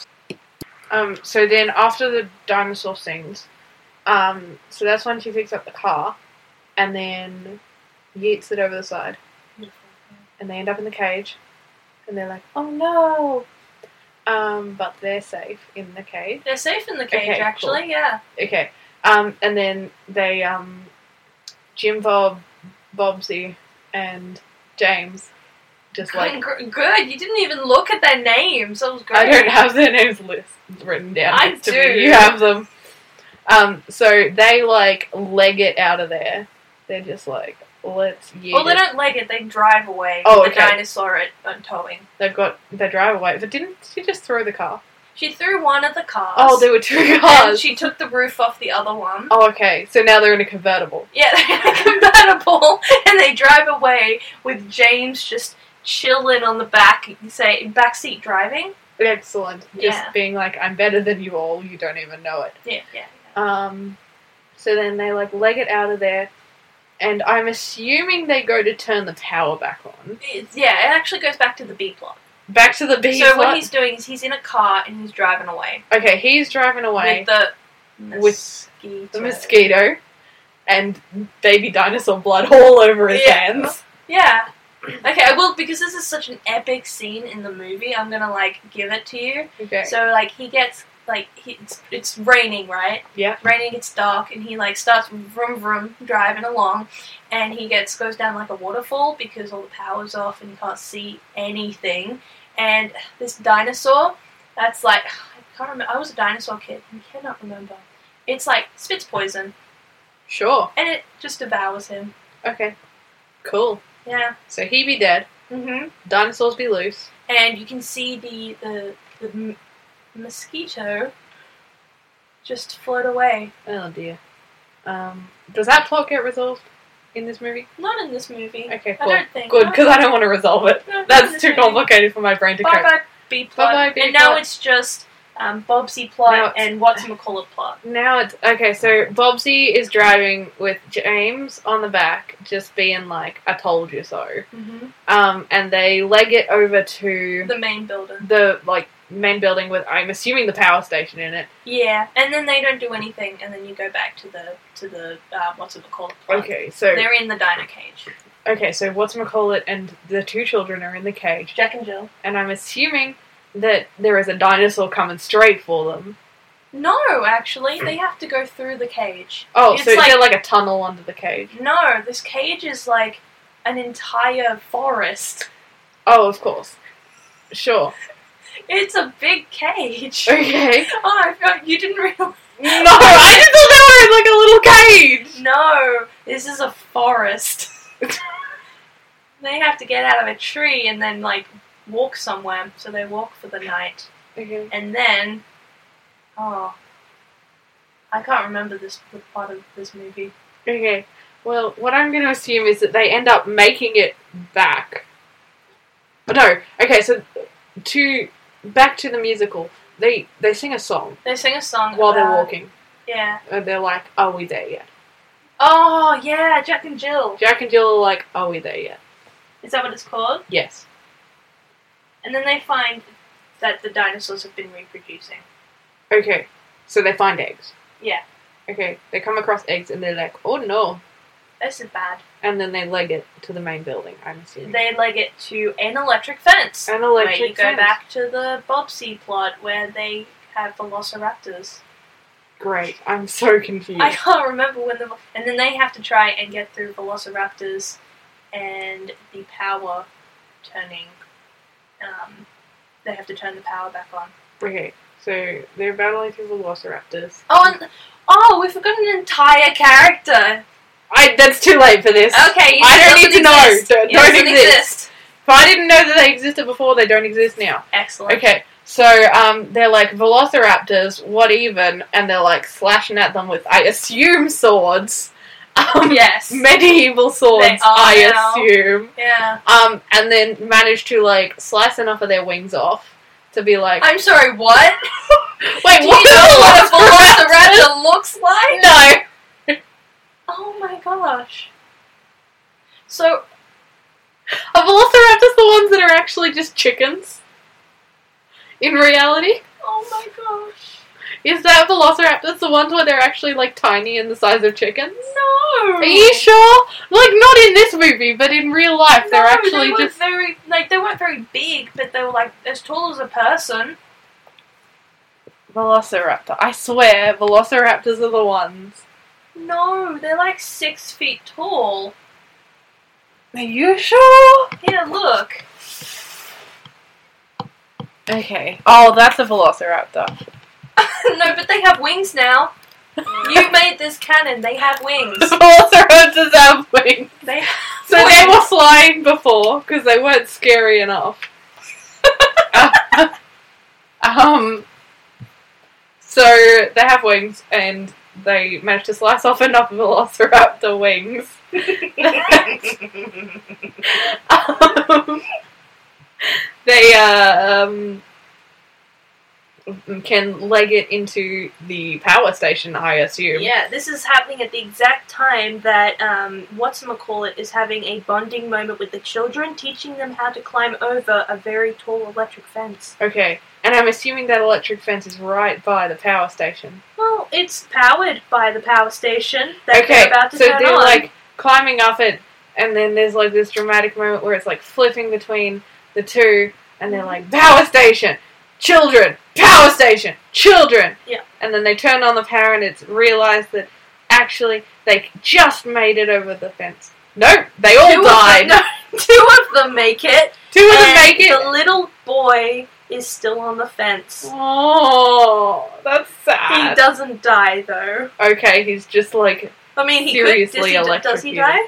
Speaker 1: Um, so then after the dinosaur sings, um, so that's when she picks up the car and then yeets it over the side and they end up in the cage and they're like, oh no! Um, but they're safe in the cage.
Speaker 2: They're safe in the cage,
Speaker 1: Okay,
Speaker 2: actually, yeah.
Speaker 1: Okay. Um, and then they, um, Jim Bob, Bobsy, and James just like,
Speaker 2: Gr- good. You didn't even look at their names. That was great.
Speaker 1: I don't have their names list written down.
Speaker 2: I
Speaker 1: next to
Speaker 2: do.
Speaker 1: me. You have them. Um, so they like leg it out of there. They're just like, let's yeet
Speaker 2: Well, they
Speaker 1: it.
Speaker 2: don't leg it; they drive away.
Speaker 1: Oh,
Speaker 2: with The
Speaker 1: okay.
Speaker 2: dinosaur at, on towing.
Speaker 1: They've got their drive away. But didn't she just throw the car?
Speaker 2: She threw one of the cars.
Speaker 1: Oh, there were two
Speaker 2: And
Speaker 1: cars.
Speaker 2: she took the roof off the other one.
Speaker 1: oh, okay. So now they're in a convertible.
Speaker 2: Yeah, they're compatible, and they drive away with James just chilling on the back, say backseat driving.
Speaker 1: Excellent. Just
Speaker 2: Yeah.
Speaker 1: being like, I'm better than you all. You don't even know it.
Speaker 2: Yeah, yeah.
Speaker 1: Um, so then they like leg it out of there, and I'm assuming they go to turn the power back on.
Speaker 2: It's, yeah, it actually goes back to the B plot.
Speaker 1: Back to the beach.
Speaker 2: so what he's doing is he's in a car and he's driving away
Speaker 1: okay, he's driving away.
Speaker 2: with the
Speaker 1: With
Speaker 2: mosquito.
Speaker 1: the mosquito and baby dinosaur blood all over his
Speaker 2: Yeah.
Speaker 1: hands.
Speaker 2: Yeah. Okay, I will because this is such an epic scene in the movie. I'm gonna like give it to you.
Speaker 1: Okay.
Speaker 2: So like he gets like he, it's it's raining right,
Speaker 1: yeah.
Speaker 2: raining it's dark and he like starts vroom vroom driving along, and he gets goes down like a waterfall because all the power's off and you can't see anything, and this dinosaur that's like I can't remember I was a dinosaur kid I cannot remember. It's like spits poison
Speaker 1: Sure.
Speaker 2: and it just devours him.
Speaker 1: Okay. Cool.
Speaker 2: Yeah,
Speaker 1: So he be dead.
Speaker 2: hmm
Speaker 1: Dinosaurs be loose.
Speaker 2: and you can see the the, the m- mosquito just float away.
Speaker 1: Oh dear. Um, does that plot get resolved in this movie?
Speaker 2: Not in this movie.
Speaker 1: Okay,
Speaker 2: I
Speaker 1: cool.
Speaker 2: don't think.
Speaker 1: Good, because I don't want to resolve it.
Speaker 2: No,
Speaker 1: That's too
Speaker 2: understand.
Speaker 1: complicated for my brain to
Speaker 2: Bye
Speaker 1: cope.
Speaker 2: bye B plot.
Speaker 1: Bye-bye, B
Speaker 2: and now
Speaker 1: plot.
Speaker 2: it's just um, Bobsy plot
Speaker 1: Now it's-
Speaker 2: and what's McCullough plot.
Speaker 1: Now it's okay. So Bobsy is driving with James on the back, just being like, "I told you so."
Speaker 2: hmm
Speaker 1: Um, and they leg it over to
Speaker 2: The main building.
Speaker 1: the like main building with, I'm assuming, the power station in it.
Speaker 2: Yeah, and then they don't do anything, and then you go back to the to the uh, what's it called? Plot.
Speaker 1: Okay, so
Speaker 2: They're in the diner cage.
Speaker 1: okay, so what's McCullet and the two children are in the cage,
Speaker 2: Jack and Jill.
Speaker 1: and I'm assuming that there is a dinosaur coming straight for them.
Speaker 2: No, actually, they have to go through the cage.
Speaker 1: Oh,
Speaker 2: It's
Speaker 1: so
Speaker 2: like-
Speaker 1: they're like a tunnel under the cage.
Speaker 2: No, this cage is like an entire forest.
Speaker 1: Oh, of course. Sure.
Speaker 2: It's a big cage.
Speaker 1: Okay.
Speaker 2: Oh, I felt you didn't realize.
Speaker 1: No, I just thought they were in like a little cage.
Speaker 2: No, this is a forest. they have to get out of a tree and then like walk somewhere. So they walk for the night,
Speaker 1: Okay.
Speaker 2: and then oh, I can't remember this the part of this movie.
Speaker 1: Okay. Well, what I'm going to assume is that they end up making it back. But no. Okay. So to back to the musical, they they sing a song
Speaker 2: They sing a song
Speaker 1: while they're
Speaker 2: about-
Speaker 1: walking,
Speaker 2: Yeah.
Speaker 1: and they're like, "Are we there yet?"
Speaker 2: Oh yeah, Jack and Jill.
Speaker 1: Jack and Jill are like, "Are we there yet?"
Speaker 2: Is that what it's called?
Speaker 1: Yes.
Speaker 2: And then they find that the dinosaurs have been reproducing.
Speaker 1: Okay. So they find eggs.
Speaker 2: Yeah,
Speaker 1: Okay. They come across eggs, and they're like, "Oh no!"
Speaker 2: this is bad.
Speaker 1: And then they leg it to the main building. I'm assuming.
Speaker 2: They leg it to an electric fence.
Speaker 1: An electric
Speaker 2: where you
Speaker 1: fence.
Speaker 2: go back to the Bobsy plot where they have velociraptors.
Speaker 1: Great. I'm so confused.
Speaker 2: I can't remember when the and then they have to try and get through velociraptors and the power turning. Um, they have to turn the power back on.
Speaker 1: Okay, so they're battling through velociraptors.
Speaker 2: Oh, and, oh, we forgot an entire character.
Speaker 1: I that's too late for this.
Speaker 2: Okay, you
Speaker 1: I don't
Speaker 2: doesn't
Speaker 1: need to know.
Speaker 2: exist.
Speaker 1: Don't-
Speaker 2: It
Speaker 1: don't
Speaker 2: doesn't
Speaker 1: exist. If I didn't know that they existed before, they don't exist now.
Speaker 2: Excellent.
Speaker 1: Okay, so um, they're like velociraptors. What even? And they're like slashing at them with, I assume, swords. Um,
Speaker 2: Yes.
Speaker 1: medieval
Speaker 2: They
Speaker 1: swords.
Speaker 2: are
Speaker 1: I
Speaker 2: now.
Speaker 1: assume.
Speaker 2: Yeah.
Speaker 1: Um, and then manage to like slice enough of their wings off to be like,
Speaker 2: I'm sorry. What?
Speaker 1: wait,
Speaker 2: Do
Speaker 1: what?
Speaker 2: you know
Speaker 1: are
Speaker 2: what a velociraptor looks like?
Speaker 1: No.
Speaker 2: Oh my gosh. So
Speaker 1: Are velociraptors the ones that are actually just chickens? In reality?
Speaker 2: Oh my gosh.
Speaker 1: Is that velociraptors the ones where they're actually like tiny and the size of chickens?
Speaker 2: No.
Speaker 1: Are you sure? Like not in this movie, but in real life
Speaker 2: No,
Speaker 1: they're actually
Speaker 2: they were
Speaker 1: just
Speaker 2: very like they weren't very big, but they were like as tall as a person.
Speaker 1: Velociraptor. I swear velociraptors are the ones.
Speaker 2: No, they're like six feet tall.
Speaker 1: Are you sure?
Speaker 2: Here, look.
Speaker 1: Okay. Oh, that's a velociraptor.
Speaker 2: no, but they have wings now. You made this canon. They have wings.
Speaker 1: The velociraptors have wings.
Speaker 2: They
Speaker 1: So they were flying before because they weren't scary enough. um, so they have wings and they managed to slice off enough velociraptor wings. um, they uh, um, can leg it into the power station, I assume.
Speaker 2: Yeah, this is happening at the exact time that um, what's McCall is having a bonding moment with the children, teaching them how to climb over a very tall electric fence.
Speaker 1: Okay, and I'm assuming that electric fence is right by the power station.
Speaker 2: Well, it's powered by the power station that
Speaker 1: okay,
Speaker 2: they're about to
Speaker 1: so
Speaker 2: turn
Speaker 1: they're
Speaker 2: on.
Speaker 1: like climbing up it, and then there's like this dramatic moment where it's like flipping between the two, and they're like power station, children, power station, children.
Speaker 2: Yeah.
Speaker 1: And then they turn on the power, and it's realized that actually they just made it over the fence. Nope, they all
Speaker 2: two
Speaker 1: died.
Speaker 2: Of them, no, two of them make it.
Speaker 1: Two of them
Speaker 2: and
Speaker 1: make it.
Speaker 2: The little boy is still on the fence.
Speaker 1: Oh, that's
Speaker 2: He
Speaker 1: sad.
Speaker 2: doesn't die though.
Speaker 1: okay, he's just like
Speaker 2: I mean, he could.
Speaker 1: Seriously
Speaker 2: Does he, does he
Speaker 1: electrocuted.
Speaker 2: die?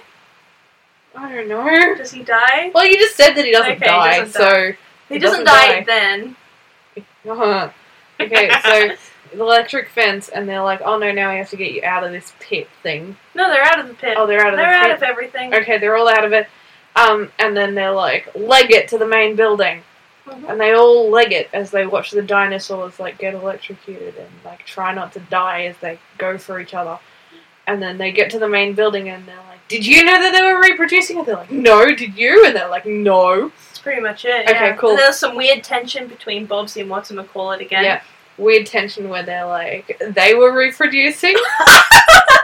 Speaker 1: I don't know.
Speaker 2: Does he die?
Speaker 1: Well, you just said that he doesn't
Speaker 2: Okay, he
Speaker 1: die,
Speaker 2: doesn't
Speaker 1: so.
Speaker 2: He, doesn't, die, then.
Speaker 1: Uh-huh. Okay, so the electric fence, and they're like, oh no, now we have to get you out of this pit thing.
Speaker 2: No, they're out of the pit.
Speaker 1: Oh, they're out of
Speaker 2: they're
Speaker 1: the pit.
Speaker 2: out of everything.
Speaker 1: Okay, they're all out of it. Um, and then they're like, leg it to the main building.
Speaker 2: Mhm.
Speaker 1: And they all leg it as they watch the dinosaurs like get electrocuted and like try not to die as they go for each other. And then they get to the main building and they're like, Did you know that they were reproducing? And they're like, No, did you? And they're like, No.
Speaker 2: That's pretty much it.
Speaker 1: Okay,
Speaker 2: yeah.
Speaker 1: cool.
Speaker 2: And there's some weird tension between Bobsy and Watson McCall it again.
Speaker 1: Yeah. Weird tension where they're like, They were reproducing?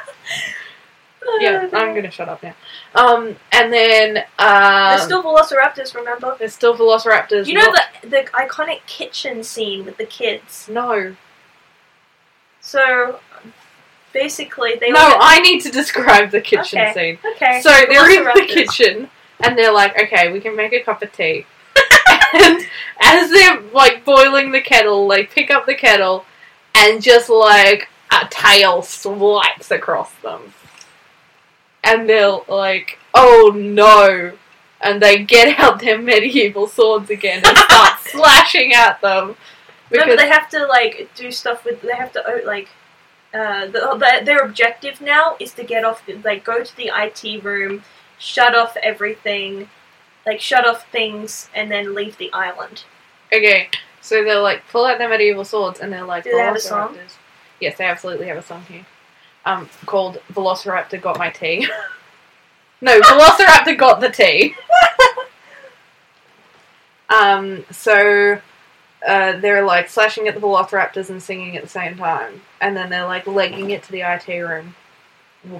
Speaker 1: yeah, I'm gonna shut up now. Um, and then uh
Speaker 2: There's still Velociraptors, remember?
Speaker 1: there's still Velociraptors.
Speaker 2: You know
Speaker 1: not-
Speaker 2: the the iconic kitchen scene with the kids.
Speaker 1: No.
Speaker 2: So basically, they
Speaker 1: no,
Speaker 2: were-
Speaker 1: I need to describe the kitchen
Speaker 2: Okay.
Speaker 1: scene.
Speaker 2: okay.
Speaker 1: So they're in the
Speaker 2: Velociraptors.
Speaker 1: kitchen and they're like, okay, we can make a cup of tea. and as they're like boiling the kettle, they pick up the kettle and just like a tail swipes across them. And they're like, oh no. And they get out their medieval swords again and start slashing at them.
Speaker 2: Remember, they have to like do stuff with. They have to oh, like. Uh, the, the, their objective now is to get off. Like, go to the IT room, shut off everything, like shut off things, and then leave the island.
Speaker 1: Okay, so they're like pull out their medieval swords, and they're like,
Speaker 2: Do they have a song?
Speaker 1: "Velociraptors." Yes, they absolutely have a song here, um, called "Velociraptor Got My Tea." no, Velociraptor got the tea. um, so uh, they're like slashing at the Velociraptors and singing at the same time, and then they're like legging it to the IT room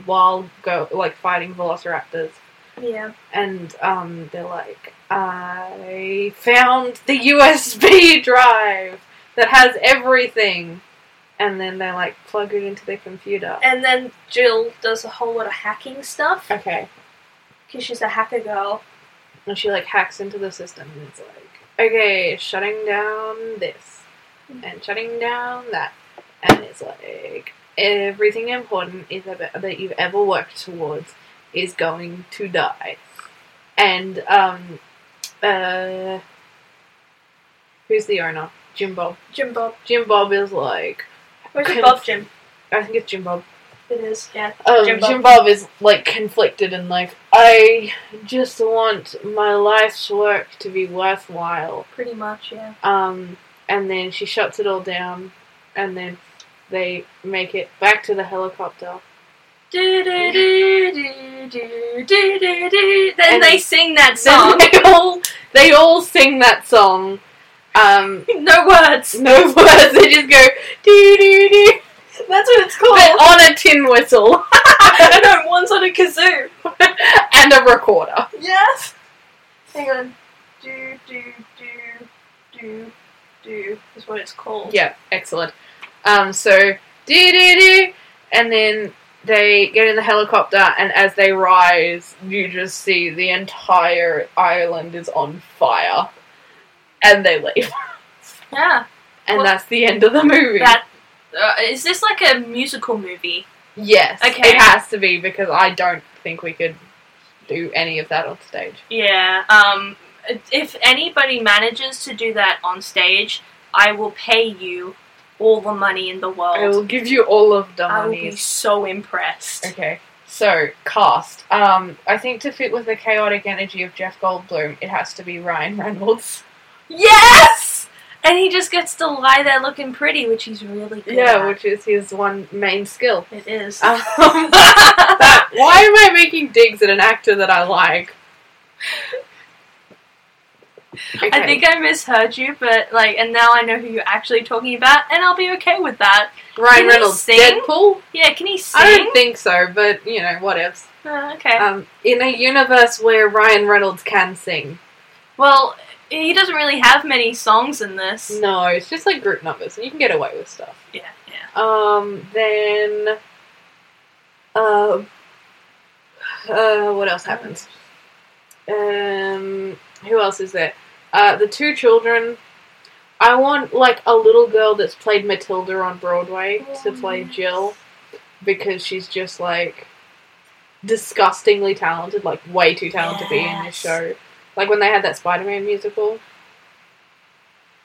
Speaker 1: while go like fighting Velociraptors
Speaker 2: Yeah.
Speaker 1: and um, they're like, I found the USB drive that has everything. And then they like plug it into their computer.
Speaker 2: And then Jill does a whole lot of hacking stuff
Speaker 1: Okay.
Speaker 2: because she's a hacker girl.
Speaker 1: And she like hacks into the system and it's like, okay, shutting down this and shutting down that. And it's like, everything important is ab- that you've ever worked towards is going to die. And, um, uh, who's the owner? Jim Bob.
Speaker 2: Jim Bob.
Speaker 1: Jim Bob is like,
Speaker 2: Where's
Speaker 1: Kind
Speaker 2: it
Speaker 1: of-
Speaker 2: Bob Jim?
Speaker 1: I think it's Jim Bob.
Speaker 2: It is, yeah.
Speaker 1: Um,
Speaker 2: Jim
Speaker 1: Jim,
Speaker 2: Bob.
Speaker 1: Bob. is like conflicted and like, I just want my life's work to be worthwhile.
Speaker 2: Pretty much, yeah.
Speaker 1: Um, and then she shuts it all down, and then they make it back to the helicopter.
Speaker 2: Do, do, do, do, do, do, do, do. Then
Speaker 1: And-
Speaker 2: they sing that
Speaker 1: Then
Speaker 2: song.
Speaker 1: they all they all sing that song. Um,
Speaker 2: no words.
Speaker 1: no words. They just go doo doo doo,
Speaker 2: That's what it's called.
Speaker 1: but on a tin whistle
Speaker 2: no, Oh. one's on a kazoo.
Speaker 1: and a recorder.
Speaker 2: Yes. Hang on. Do do do do do is what it's called.
Speaker 1: Yeah, excellent. Um, so doo doo doo, and then they get in the helicopter, and as they rise, you just see the entire island is on fire, and they leave.
Speaker 2: Yeah.
Speaker 1: and
Speaker 2: Well-
Speaker 1: that's the end of the movie.
Speaker 2: That uh, is this like a musical movie?
Speaker 1: yes,
Speaker 2: Okay.
Speaker 1: it has to be because I don't think we could do any of that on stage.
Speaker 2: Yeah. Um. If anybody manages to do that on stage, I will pay you all the money in the world.
Speaker 1: I will give you all of the
Speaker 2: I will be
Speaker 1: monies.
Speaker 2: so impressed.
Speaker 1: Okay, so cast. Um, I think to fit with the chaotic energy of Jeff Goldblum, it has to be Ryan Reynolds.
Speaker 2: Yes! And he just gets to lie there looking pretty, which he's really good
Speaker 1: Yeah,
Speaker 2: at.
Speaker 1: which is his one main skill.
Speaker 2: it is.
Speaker 1: Um, that- why am I making digs at an actor that I like?
Speaker 2: I think I misheard you, but like, and now I know who you're actually talking about, and I'll be okay with that.
Speaker 1: Ryan
Speaker 2: Can he
Speaker 1: Reynolds,
Speaker 2: sing?
Speaker 1: Deadpool.
Speaker 2: Yeah, can he sing?
Speaker 1: I don't think so, but you know, what ifs.
Speaker 2: Uh, okay.
Speaker 1: Um, in a universe where Ryan Reynolds can sing.
Speaker 2: well, he doesn't really have many songs in this.
Speaker 1: No, it's just like group numbers, and you can get away with stuff.
Speaker 2: Yeah, yeah.
Speaker 1: Um, then, uh, uh, what else happens? Um, who else is there? Uh, the two children. I want like a little girl that's played Matilda on Broadway to play Jill, because she's just like disgustingly talented, like way too talented to be in this
Speaker 2: Yes.
Speaker 1: show. Like when they had that Spider-Man musical.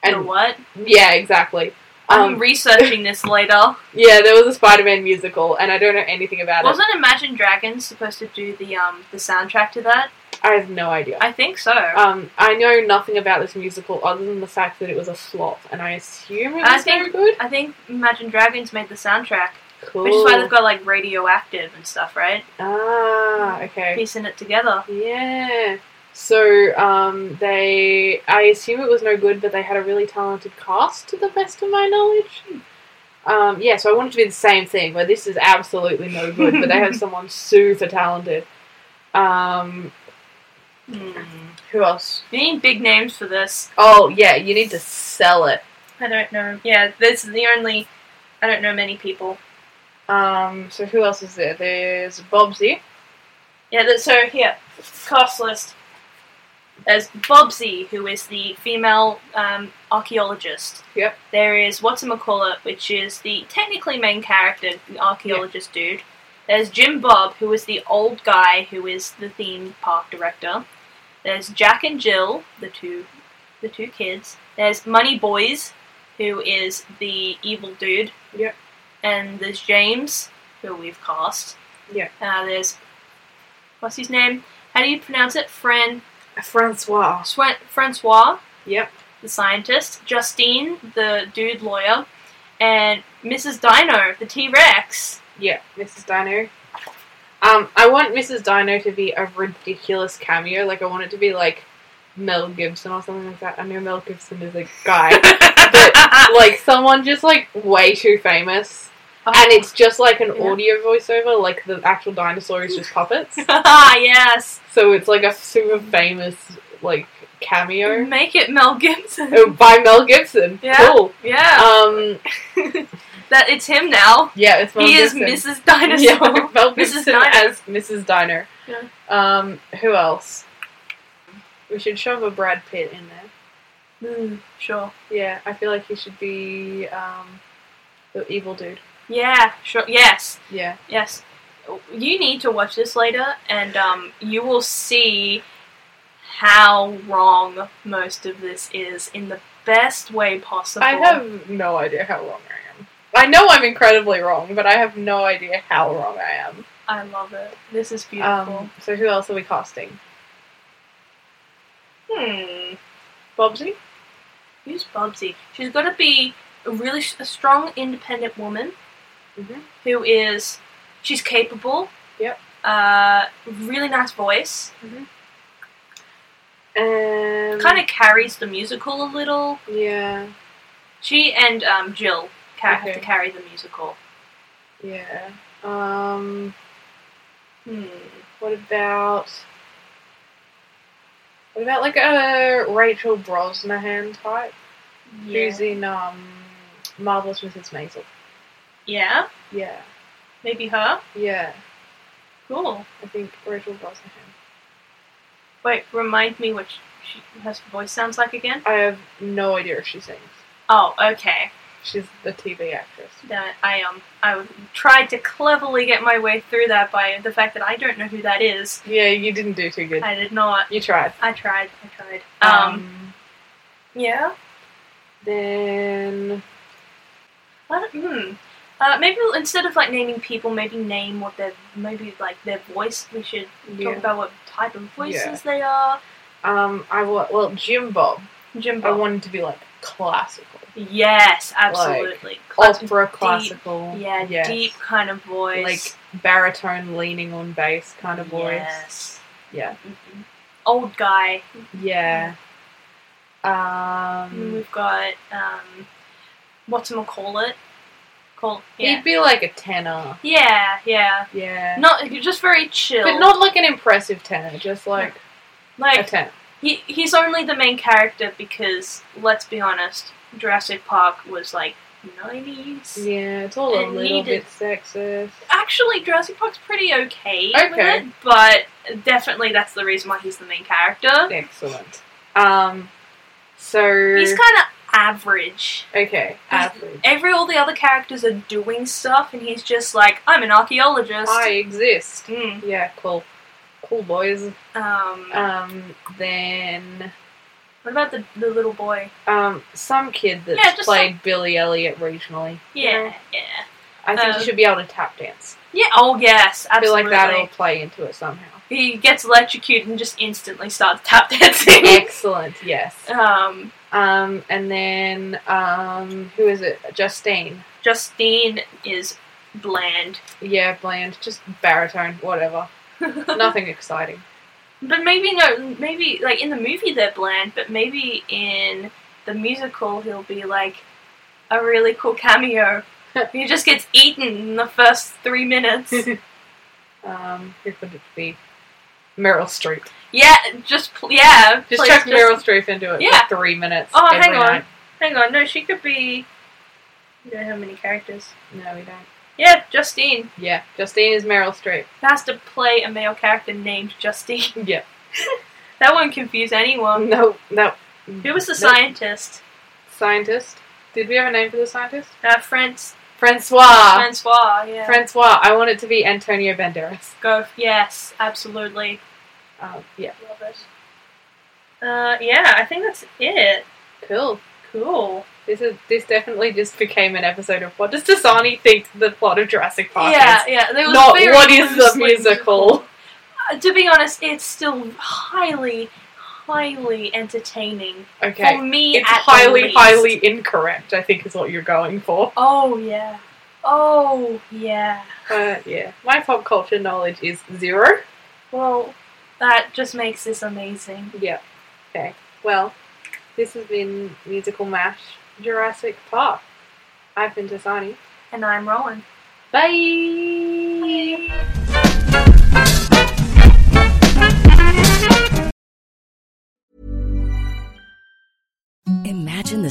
Speaker 2: And
Speaker 1: And
Speaker 2: what?
Speaker 1: yeah, exactly.
Speaker 2: I'm
Speaker 1: Um,
Speaker 2: researching this later.
Speaker 1: yeah, there was a Spider-Man musical, and I don't know anything about it.
Speaker 2: Wasn't Imagine Dragons supposed to do the um the soundtrack to that?
Speaker 1: I have no idea.
Speaker 2: I think so.
Speaker 1: Um, I know nothing about this musical other than the fact that it was a flop, and I assume it was
Speaker 2: I
Speaker 1: no
Speaker 2: think
Speaker 1: good.
Speaker 2: I think Imagine Dragons made the soundtrack,
Speaker 1: Cool.
Speaker 2: which is why they've got like radioactive and stuff, right?
Speaker 1: ah, okay.
Speaker 2: Piecing it together.
Speaker 1: Yeah. So, um, they, I assume it was no good, but they had a really talented cast, to the best of my knowledge. Um, yeah, so I wanted to be the same thing, where this is absolutely no good, but they have someone super talented. Um,
Speaker 2: Hmm.
Speaker 1: who else?
Speaker 2: We need big names for this.
Speaker 1: Oh, yeah, you need to sell it.
Speaker 2: I don't know. Yeah, this is the only. I don't know many people.
Speaker 1: Um, so who else is there? There's Bobsy.
Speaker 2: Yeah, that, so here, cast list. There's Bobsy, who is the female um, archaeologist.
Speaker 1: Yep.
Speaker 2: There is Whatsamacallit, which is the technically main character, the archaeologist dude. There's Jim Bob, who is the old guy who is the theme park director. There's Jack and Jill, the two the two kids. There's Money Boys, who is the evil dude.
Speaker 1: Yep.
Speaker 2: And there's James, who we've cast.
Speaker 1: Yeah.
Speaker 2: Uh, there's what's his name? How do you pronounce it? Fran
Speaker 1: Francois.
Speaker 2: Swen- Francois,
Speaker 1: Yep.
Speaker 2: the scientist, Justine, the dude lawyer, and Mrs. Dino, the T Rex.
Speaker 1: Yeah, Mrs. Dino. Um, I want Mrs. Dino to be a ridiculous cameo. Like, I want it to be like Mel Gibson or something like that. I know Mel Gibson is a guy, but like someone just like way too famous, and it's just like an
Speaker 2: Yeah.
Speaker 1: audio voiceover. Like the actual dinosaur is just puppets,
Speaker 2: yes.
Speaker 1: so it's like a super famous like cameo
Speaker 2: Make it Mel Gibson.
Speaker 1: Oh, by Mel Gibson.
Speaker 2: Mm-hmm. Yeah.
Speaker 1: Cool.
Speaker 2: Yeah,
Speaker 1: Um,
Speaker 2: that it's him now.
Speaker 1: yeah, it's Mel
Speaker 2: he
Speaker 1: Gibson.
Speaker 2: is Mrs. Dinosaur.
Speaker 1: Yeah, Mel
Speaker 2: Mrs.
Speaker 1: Gibson
Speaker 2: Dino.
Speaker 1: as Mrs. Diner.
Speaker 2: Yeah.
Speaker 1: Um, who else? We should shove a Brad Pitt in there.
Speaker 2: Mm, sure.
Speaker 1: Yeah, I feel like he should be um, the evil dude.
Speaker 2: Yeah. Sure. Yes.
Speaker 1: Yeah.
Speaker 2: Yes. You need to watch this later, and um, you will see how wrong most of this is in the best way possible.
Speaker 1: I have no idea how wrong I am. I know I'm incredibly wrong, but I have no idea how wrong I am.
Speaker 2: I love it. This is beautiful.
Speaker 1: Um, so who else are we casting?
Speaker 2: hmm.
Speaker 1: Bobsy?
Speaker 2: Who's Bubsy? She's got to be a really s- a strong, independent woman
Speaker 1: Mm-hmm.
Speaker 2: who is. She's capable.
Speaker 1: Yep.
Speaker 2: Uh, really nice voice.
Speaker 1: Um,
Speaker 2: Kind of carries the musical a little.
Speaker 1: Yeah.
Speaker 2: She and um, Jill ca- have
Speaker 1: Okay.
Speaker 2: to carry the musical.
Speaker 1: Yeah. Um,
Speaker 2: Hmm.
Speaker 1: What about what about like a Rachel Brosnahan type? Who's in um Marvelous Mrs. Maisel?
Speaker 2: Yeah,
Speaker 1: Yeah,
Speaker 2: maybe her.
Speaker 1: yeah.
Speaker 2: Cool.
Speaker 1: I think Rachel Brosnahan.
Speaker 2: Wait, remind me what she, her voice sounds like again.
Speaker 1: I have no idea if she sings.
Speaker 2: Oh, okay.
Speaker 1: She's a TV actress.
Speaker 2: That I um I tried to cleverly get my way through that by the fact that I don't know who that is.
Speaker 1: Yeah, you didn't do too good.
Speaker 2: I did not.
Speaker 1: You tried.
Speaker 2: I tried. I tried. Um. yeah.
Speaker 1: then
Speaker 2: What? Hmm. Uh, maybe we'll- instead of like naming people, maybe name what their maybe like their voice. We should
Speaker 1: Yeah.
Speaker 2: talk about what type of voices
Speaker 1: Yeah.
Speaker 2: they are.
Speaker 1: um, I wa- well Jim Bob. I
Speaker 2: Jimbo.
Speaker 1: wanted to be like classical,
Speaker 2: yes, absolutely. Class-
Speaker 1: opera
Speaker 2: deep-
Speaker 1: classical.
Speaker 2: Yeah,
Speaker 1: yes.
Speaker 2: deep kind of voice.
Speaker 1: like baritone leaning on bass kind of voice.
Speaker 2: Yes.
Speaker 1: Yeah.
Speaker 2: Mhm. Old guy.
Speaker 1: Yeah.
Speaker 2: And
Speaker 1: Um,
Speaker 2: We've got um, what's call it? Call
Speaker 1: he'd
Speaker 2: yeah.
Speaker 1: be like a tenor.
Speaker 2: Yeah, yeah.
Speaker 1: Yeah.
Speaker 2: Not you're just very chill.
Speaker 1: but not like an impressive tenor, just like a
Speaker 2: like
Speaker 1: tenor.
Speaker 2: he, he's only the main character because let's be honest, Jurassic Park was like nineties.
Speaker 1: Yeah, it's all a
Speaker 2: It
Speaker 1: little
Speaker 2: needed-
Speaker 1: bit sexist.
Speaker 2: Actually, Jurassic Park's pretty okay. with
Speaker 1: Okay.
Speaker 2: it, but definitely that's Uh-huh. the reason why he's the main character.
Speaker 1: Excellent. Um, so
Speaker 2: He's kind of average.
Speaker 1: Okay, average.
Speaker 2: Every all the other characters are doing stuff, and he's just like, I'm an archaeologist.
Speaker 1: I exist.
Speaker 2: Mm.
Speaker 1: Yeah, cool. Cool boys.
Speaker 2: Um,
Speaker 1: Um, then
Speaker 2: what about the, the little boy?
Speaker 1: um, some kid that's
Speaker 2: Yeah, just
Speaker 1: played Billy Elliot regionally. you
Speaker 2: Yeah,
Speaker 1: know?
Speaker 2: yeah,
Speaker 1: I think
Speaker 2: Um,
Speaker 1: he should be able to tap dance.
Speaker 2: yeah. Oh yes,
Speaker 1: I feel
Speaker 2: absolutely.
Speaker 1: like that'll play into it somehow.
Speaker 2: He gets electrocuted and just instantly starts tap dancing.
Speaker 1: Excellent. Yes.
Speaker 2: um,
Speaker 1: Um, and then um, who is it? Justine.
Speaker 2: Justine is bland,
Speaker 1: Yeah, bland, just baritone, whatever. Nothing exciting.
Speaker 2: but maybe no, maybe like in the movie they're bland, but maybe in the musical he'll be like a really cool cameo. he just gets eaten in the first three minutes.
Speaker 1: Um, who could it be? Meryl Streep.
Speaker 2: yeah, just pl- yeah.
Speaker 1: Just
Speaker 2: please,
Speaker 1: chuck Meryl Streep into it
Speaker 2: Yeah.
Speaker 1: for three minutes.
Speaker 2: Oh,
Speaker 1: every
Speaker 2: hang on.
Speaker 1: night.
Speaker 2: Hang on, no, she could be. I don't know how many characters.
Speaker 1: No, we don't.
Speaker 2: Yeah, Justine
Speaker 1: Yeah, Justine is Meryl Streep.
Speaker 2: has to play a male character named Justine.
Speaker 1: Yeah.
Speaker 2: That won't confuse anyone.
Speaker 1: No, no.
Speaker 2: Who was the
Speaker 1: Nope.
Speaker 2: scientist?
Speaker 1: Scientist. Did we have a name for the scientist?
Speaker 2: Uh, France,
Speaker 1: Francois.
Speaker 2: Francois. Yeah.
Speaker 1: Francois. I want it to be Antonio Banderas.
Speaker 2: Go. Yes, absolutely.
Speaker 1: Um, yeah.
Speaker 2: Love it. Uh, yeah, I think that's it.
Speaker 1: Cool.
Speaker 2: Cool.
Speaker 1: This is this definitely just became an episode of what does Dasani think the plot of Jurassic Park
Speaker 2: yeah,
Speaker 1: is?
Speaker 2: yeah. There was
Speaker 1: Not
Speaker 2: very
Speaker 1: what is the
Speaker 2: loosely
Speaker 1: musical.
Speaker 2: Uh, to be honest, it's still highly, highly entertaining for
Speaker 1: Okay.
Speaker 2: me.
Speaker 1: It's
Speaker 2: at the
Speaker 1: highly,
Speaker 2: least.
Speaker 1: highly incorrect, I think is what you're going for.
Speaker 2: Oh yeah. Oh yeah.
Speaker 1: But yeah. My pop culture knowledge is zero.
Speaker 2: Well, that just makes this amazing.
Speaker 1: Yeah. Okay. Well, this has been Musical Mash Jurassic Park. I've been Dasani.
Speaker 2: And I'm Rowan.
Speaker 1: Bye.
Speaker 3: Imagine the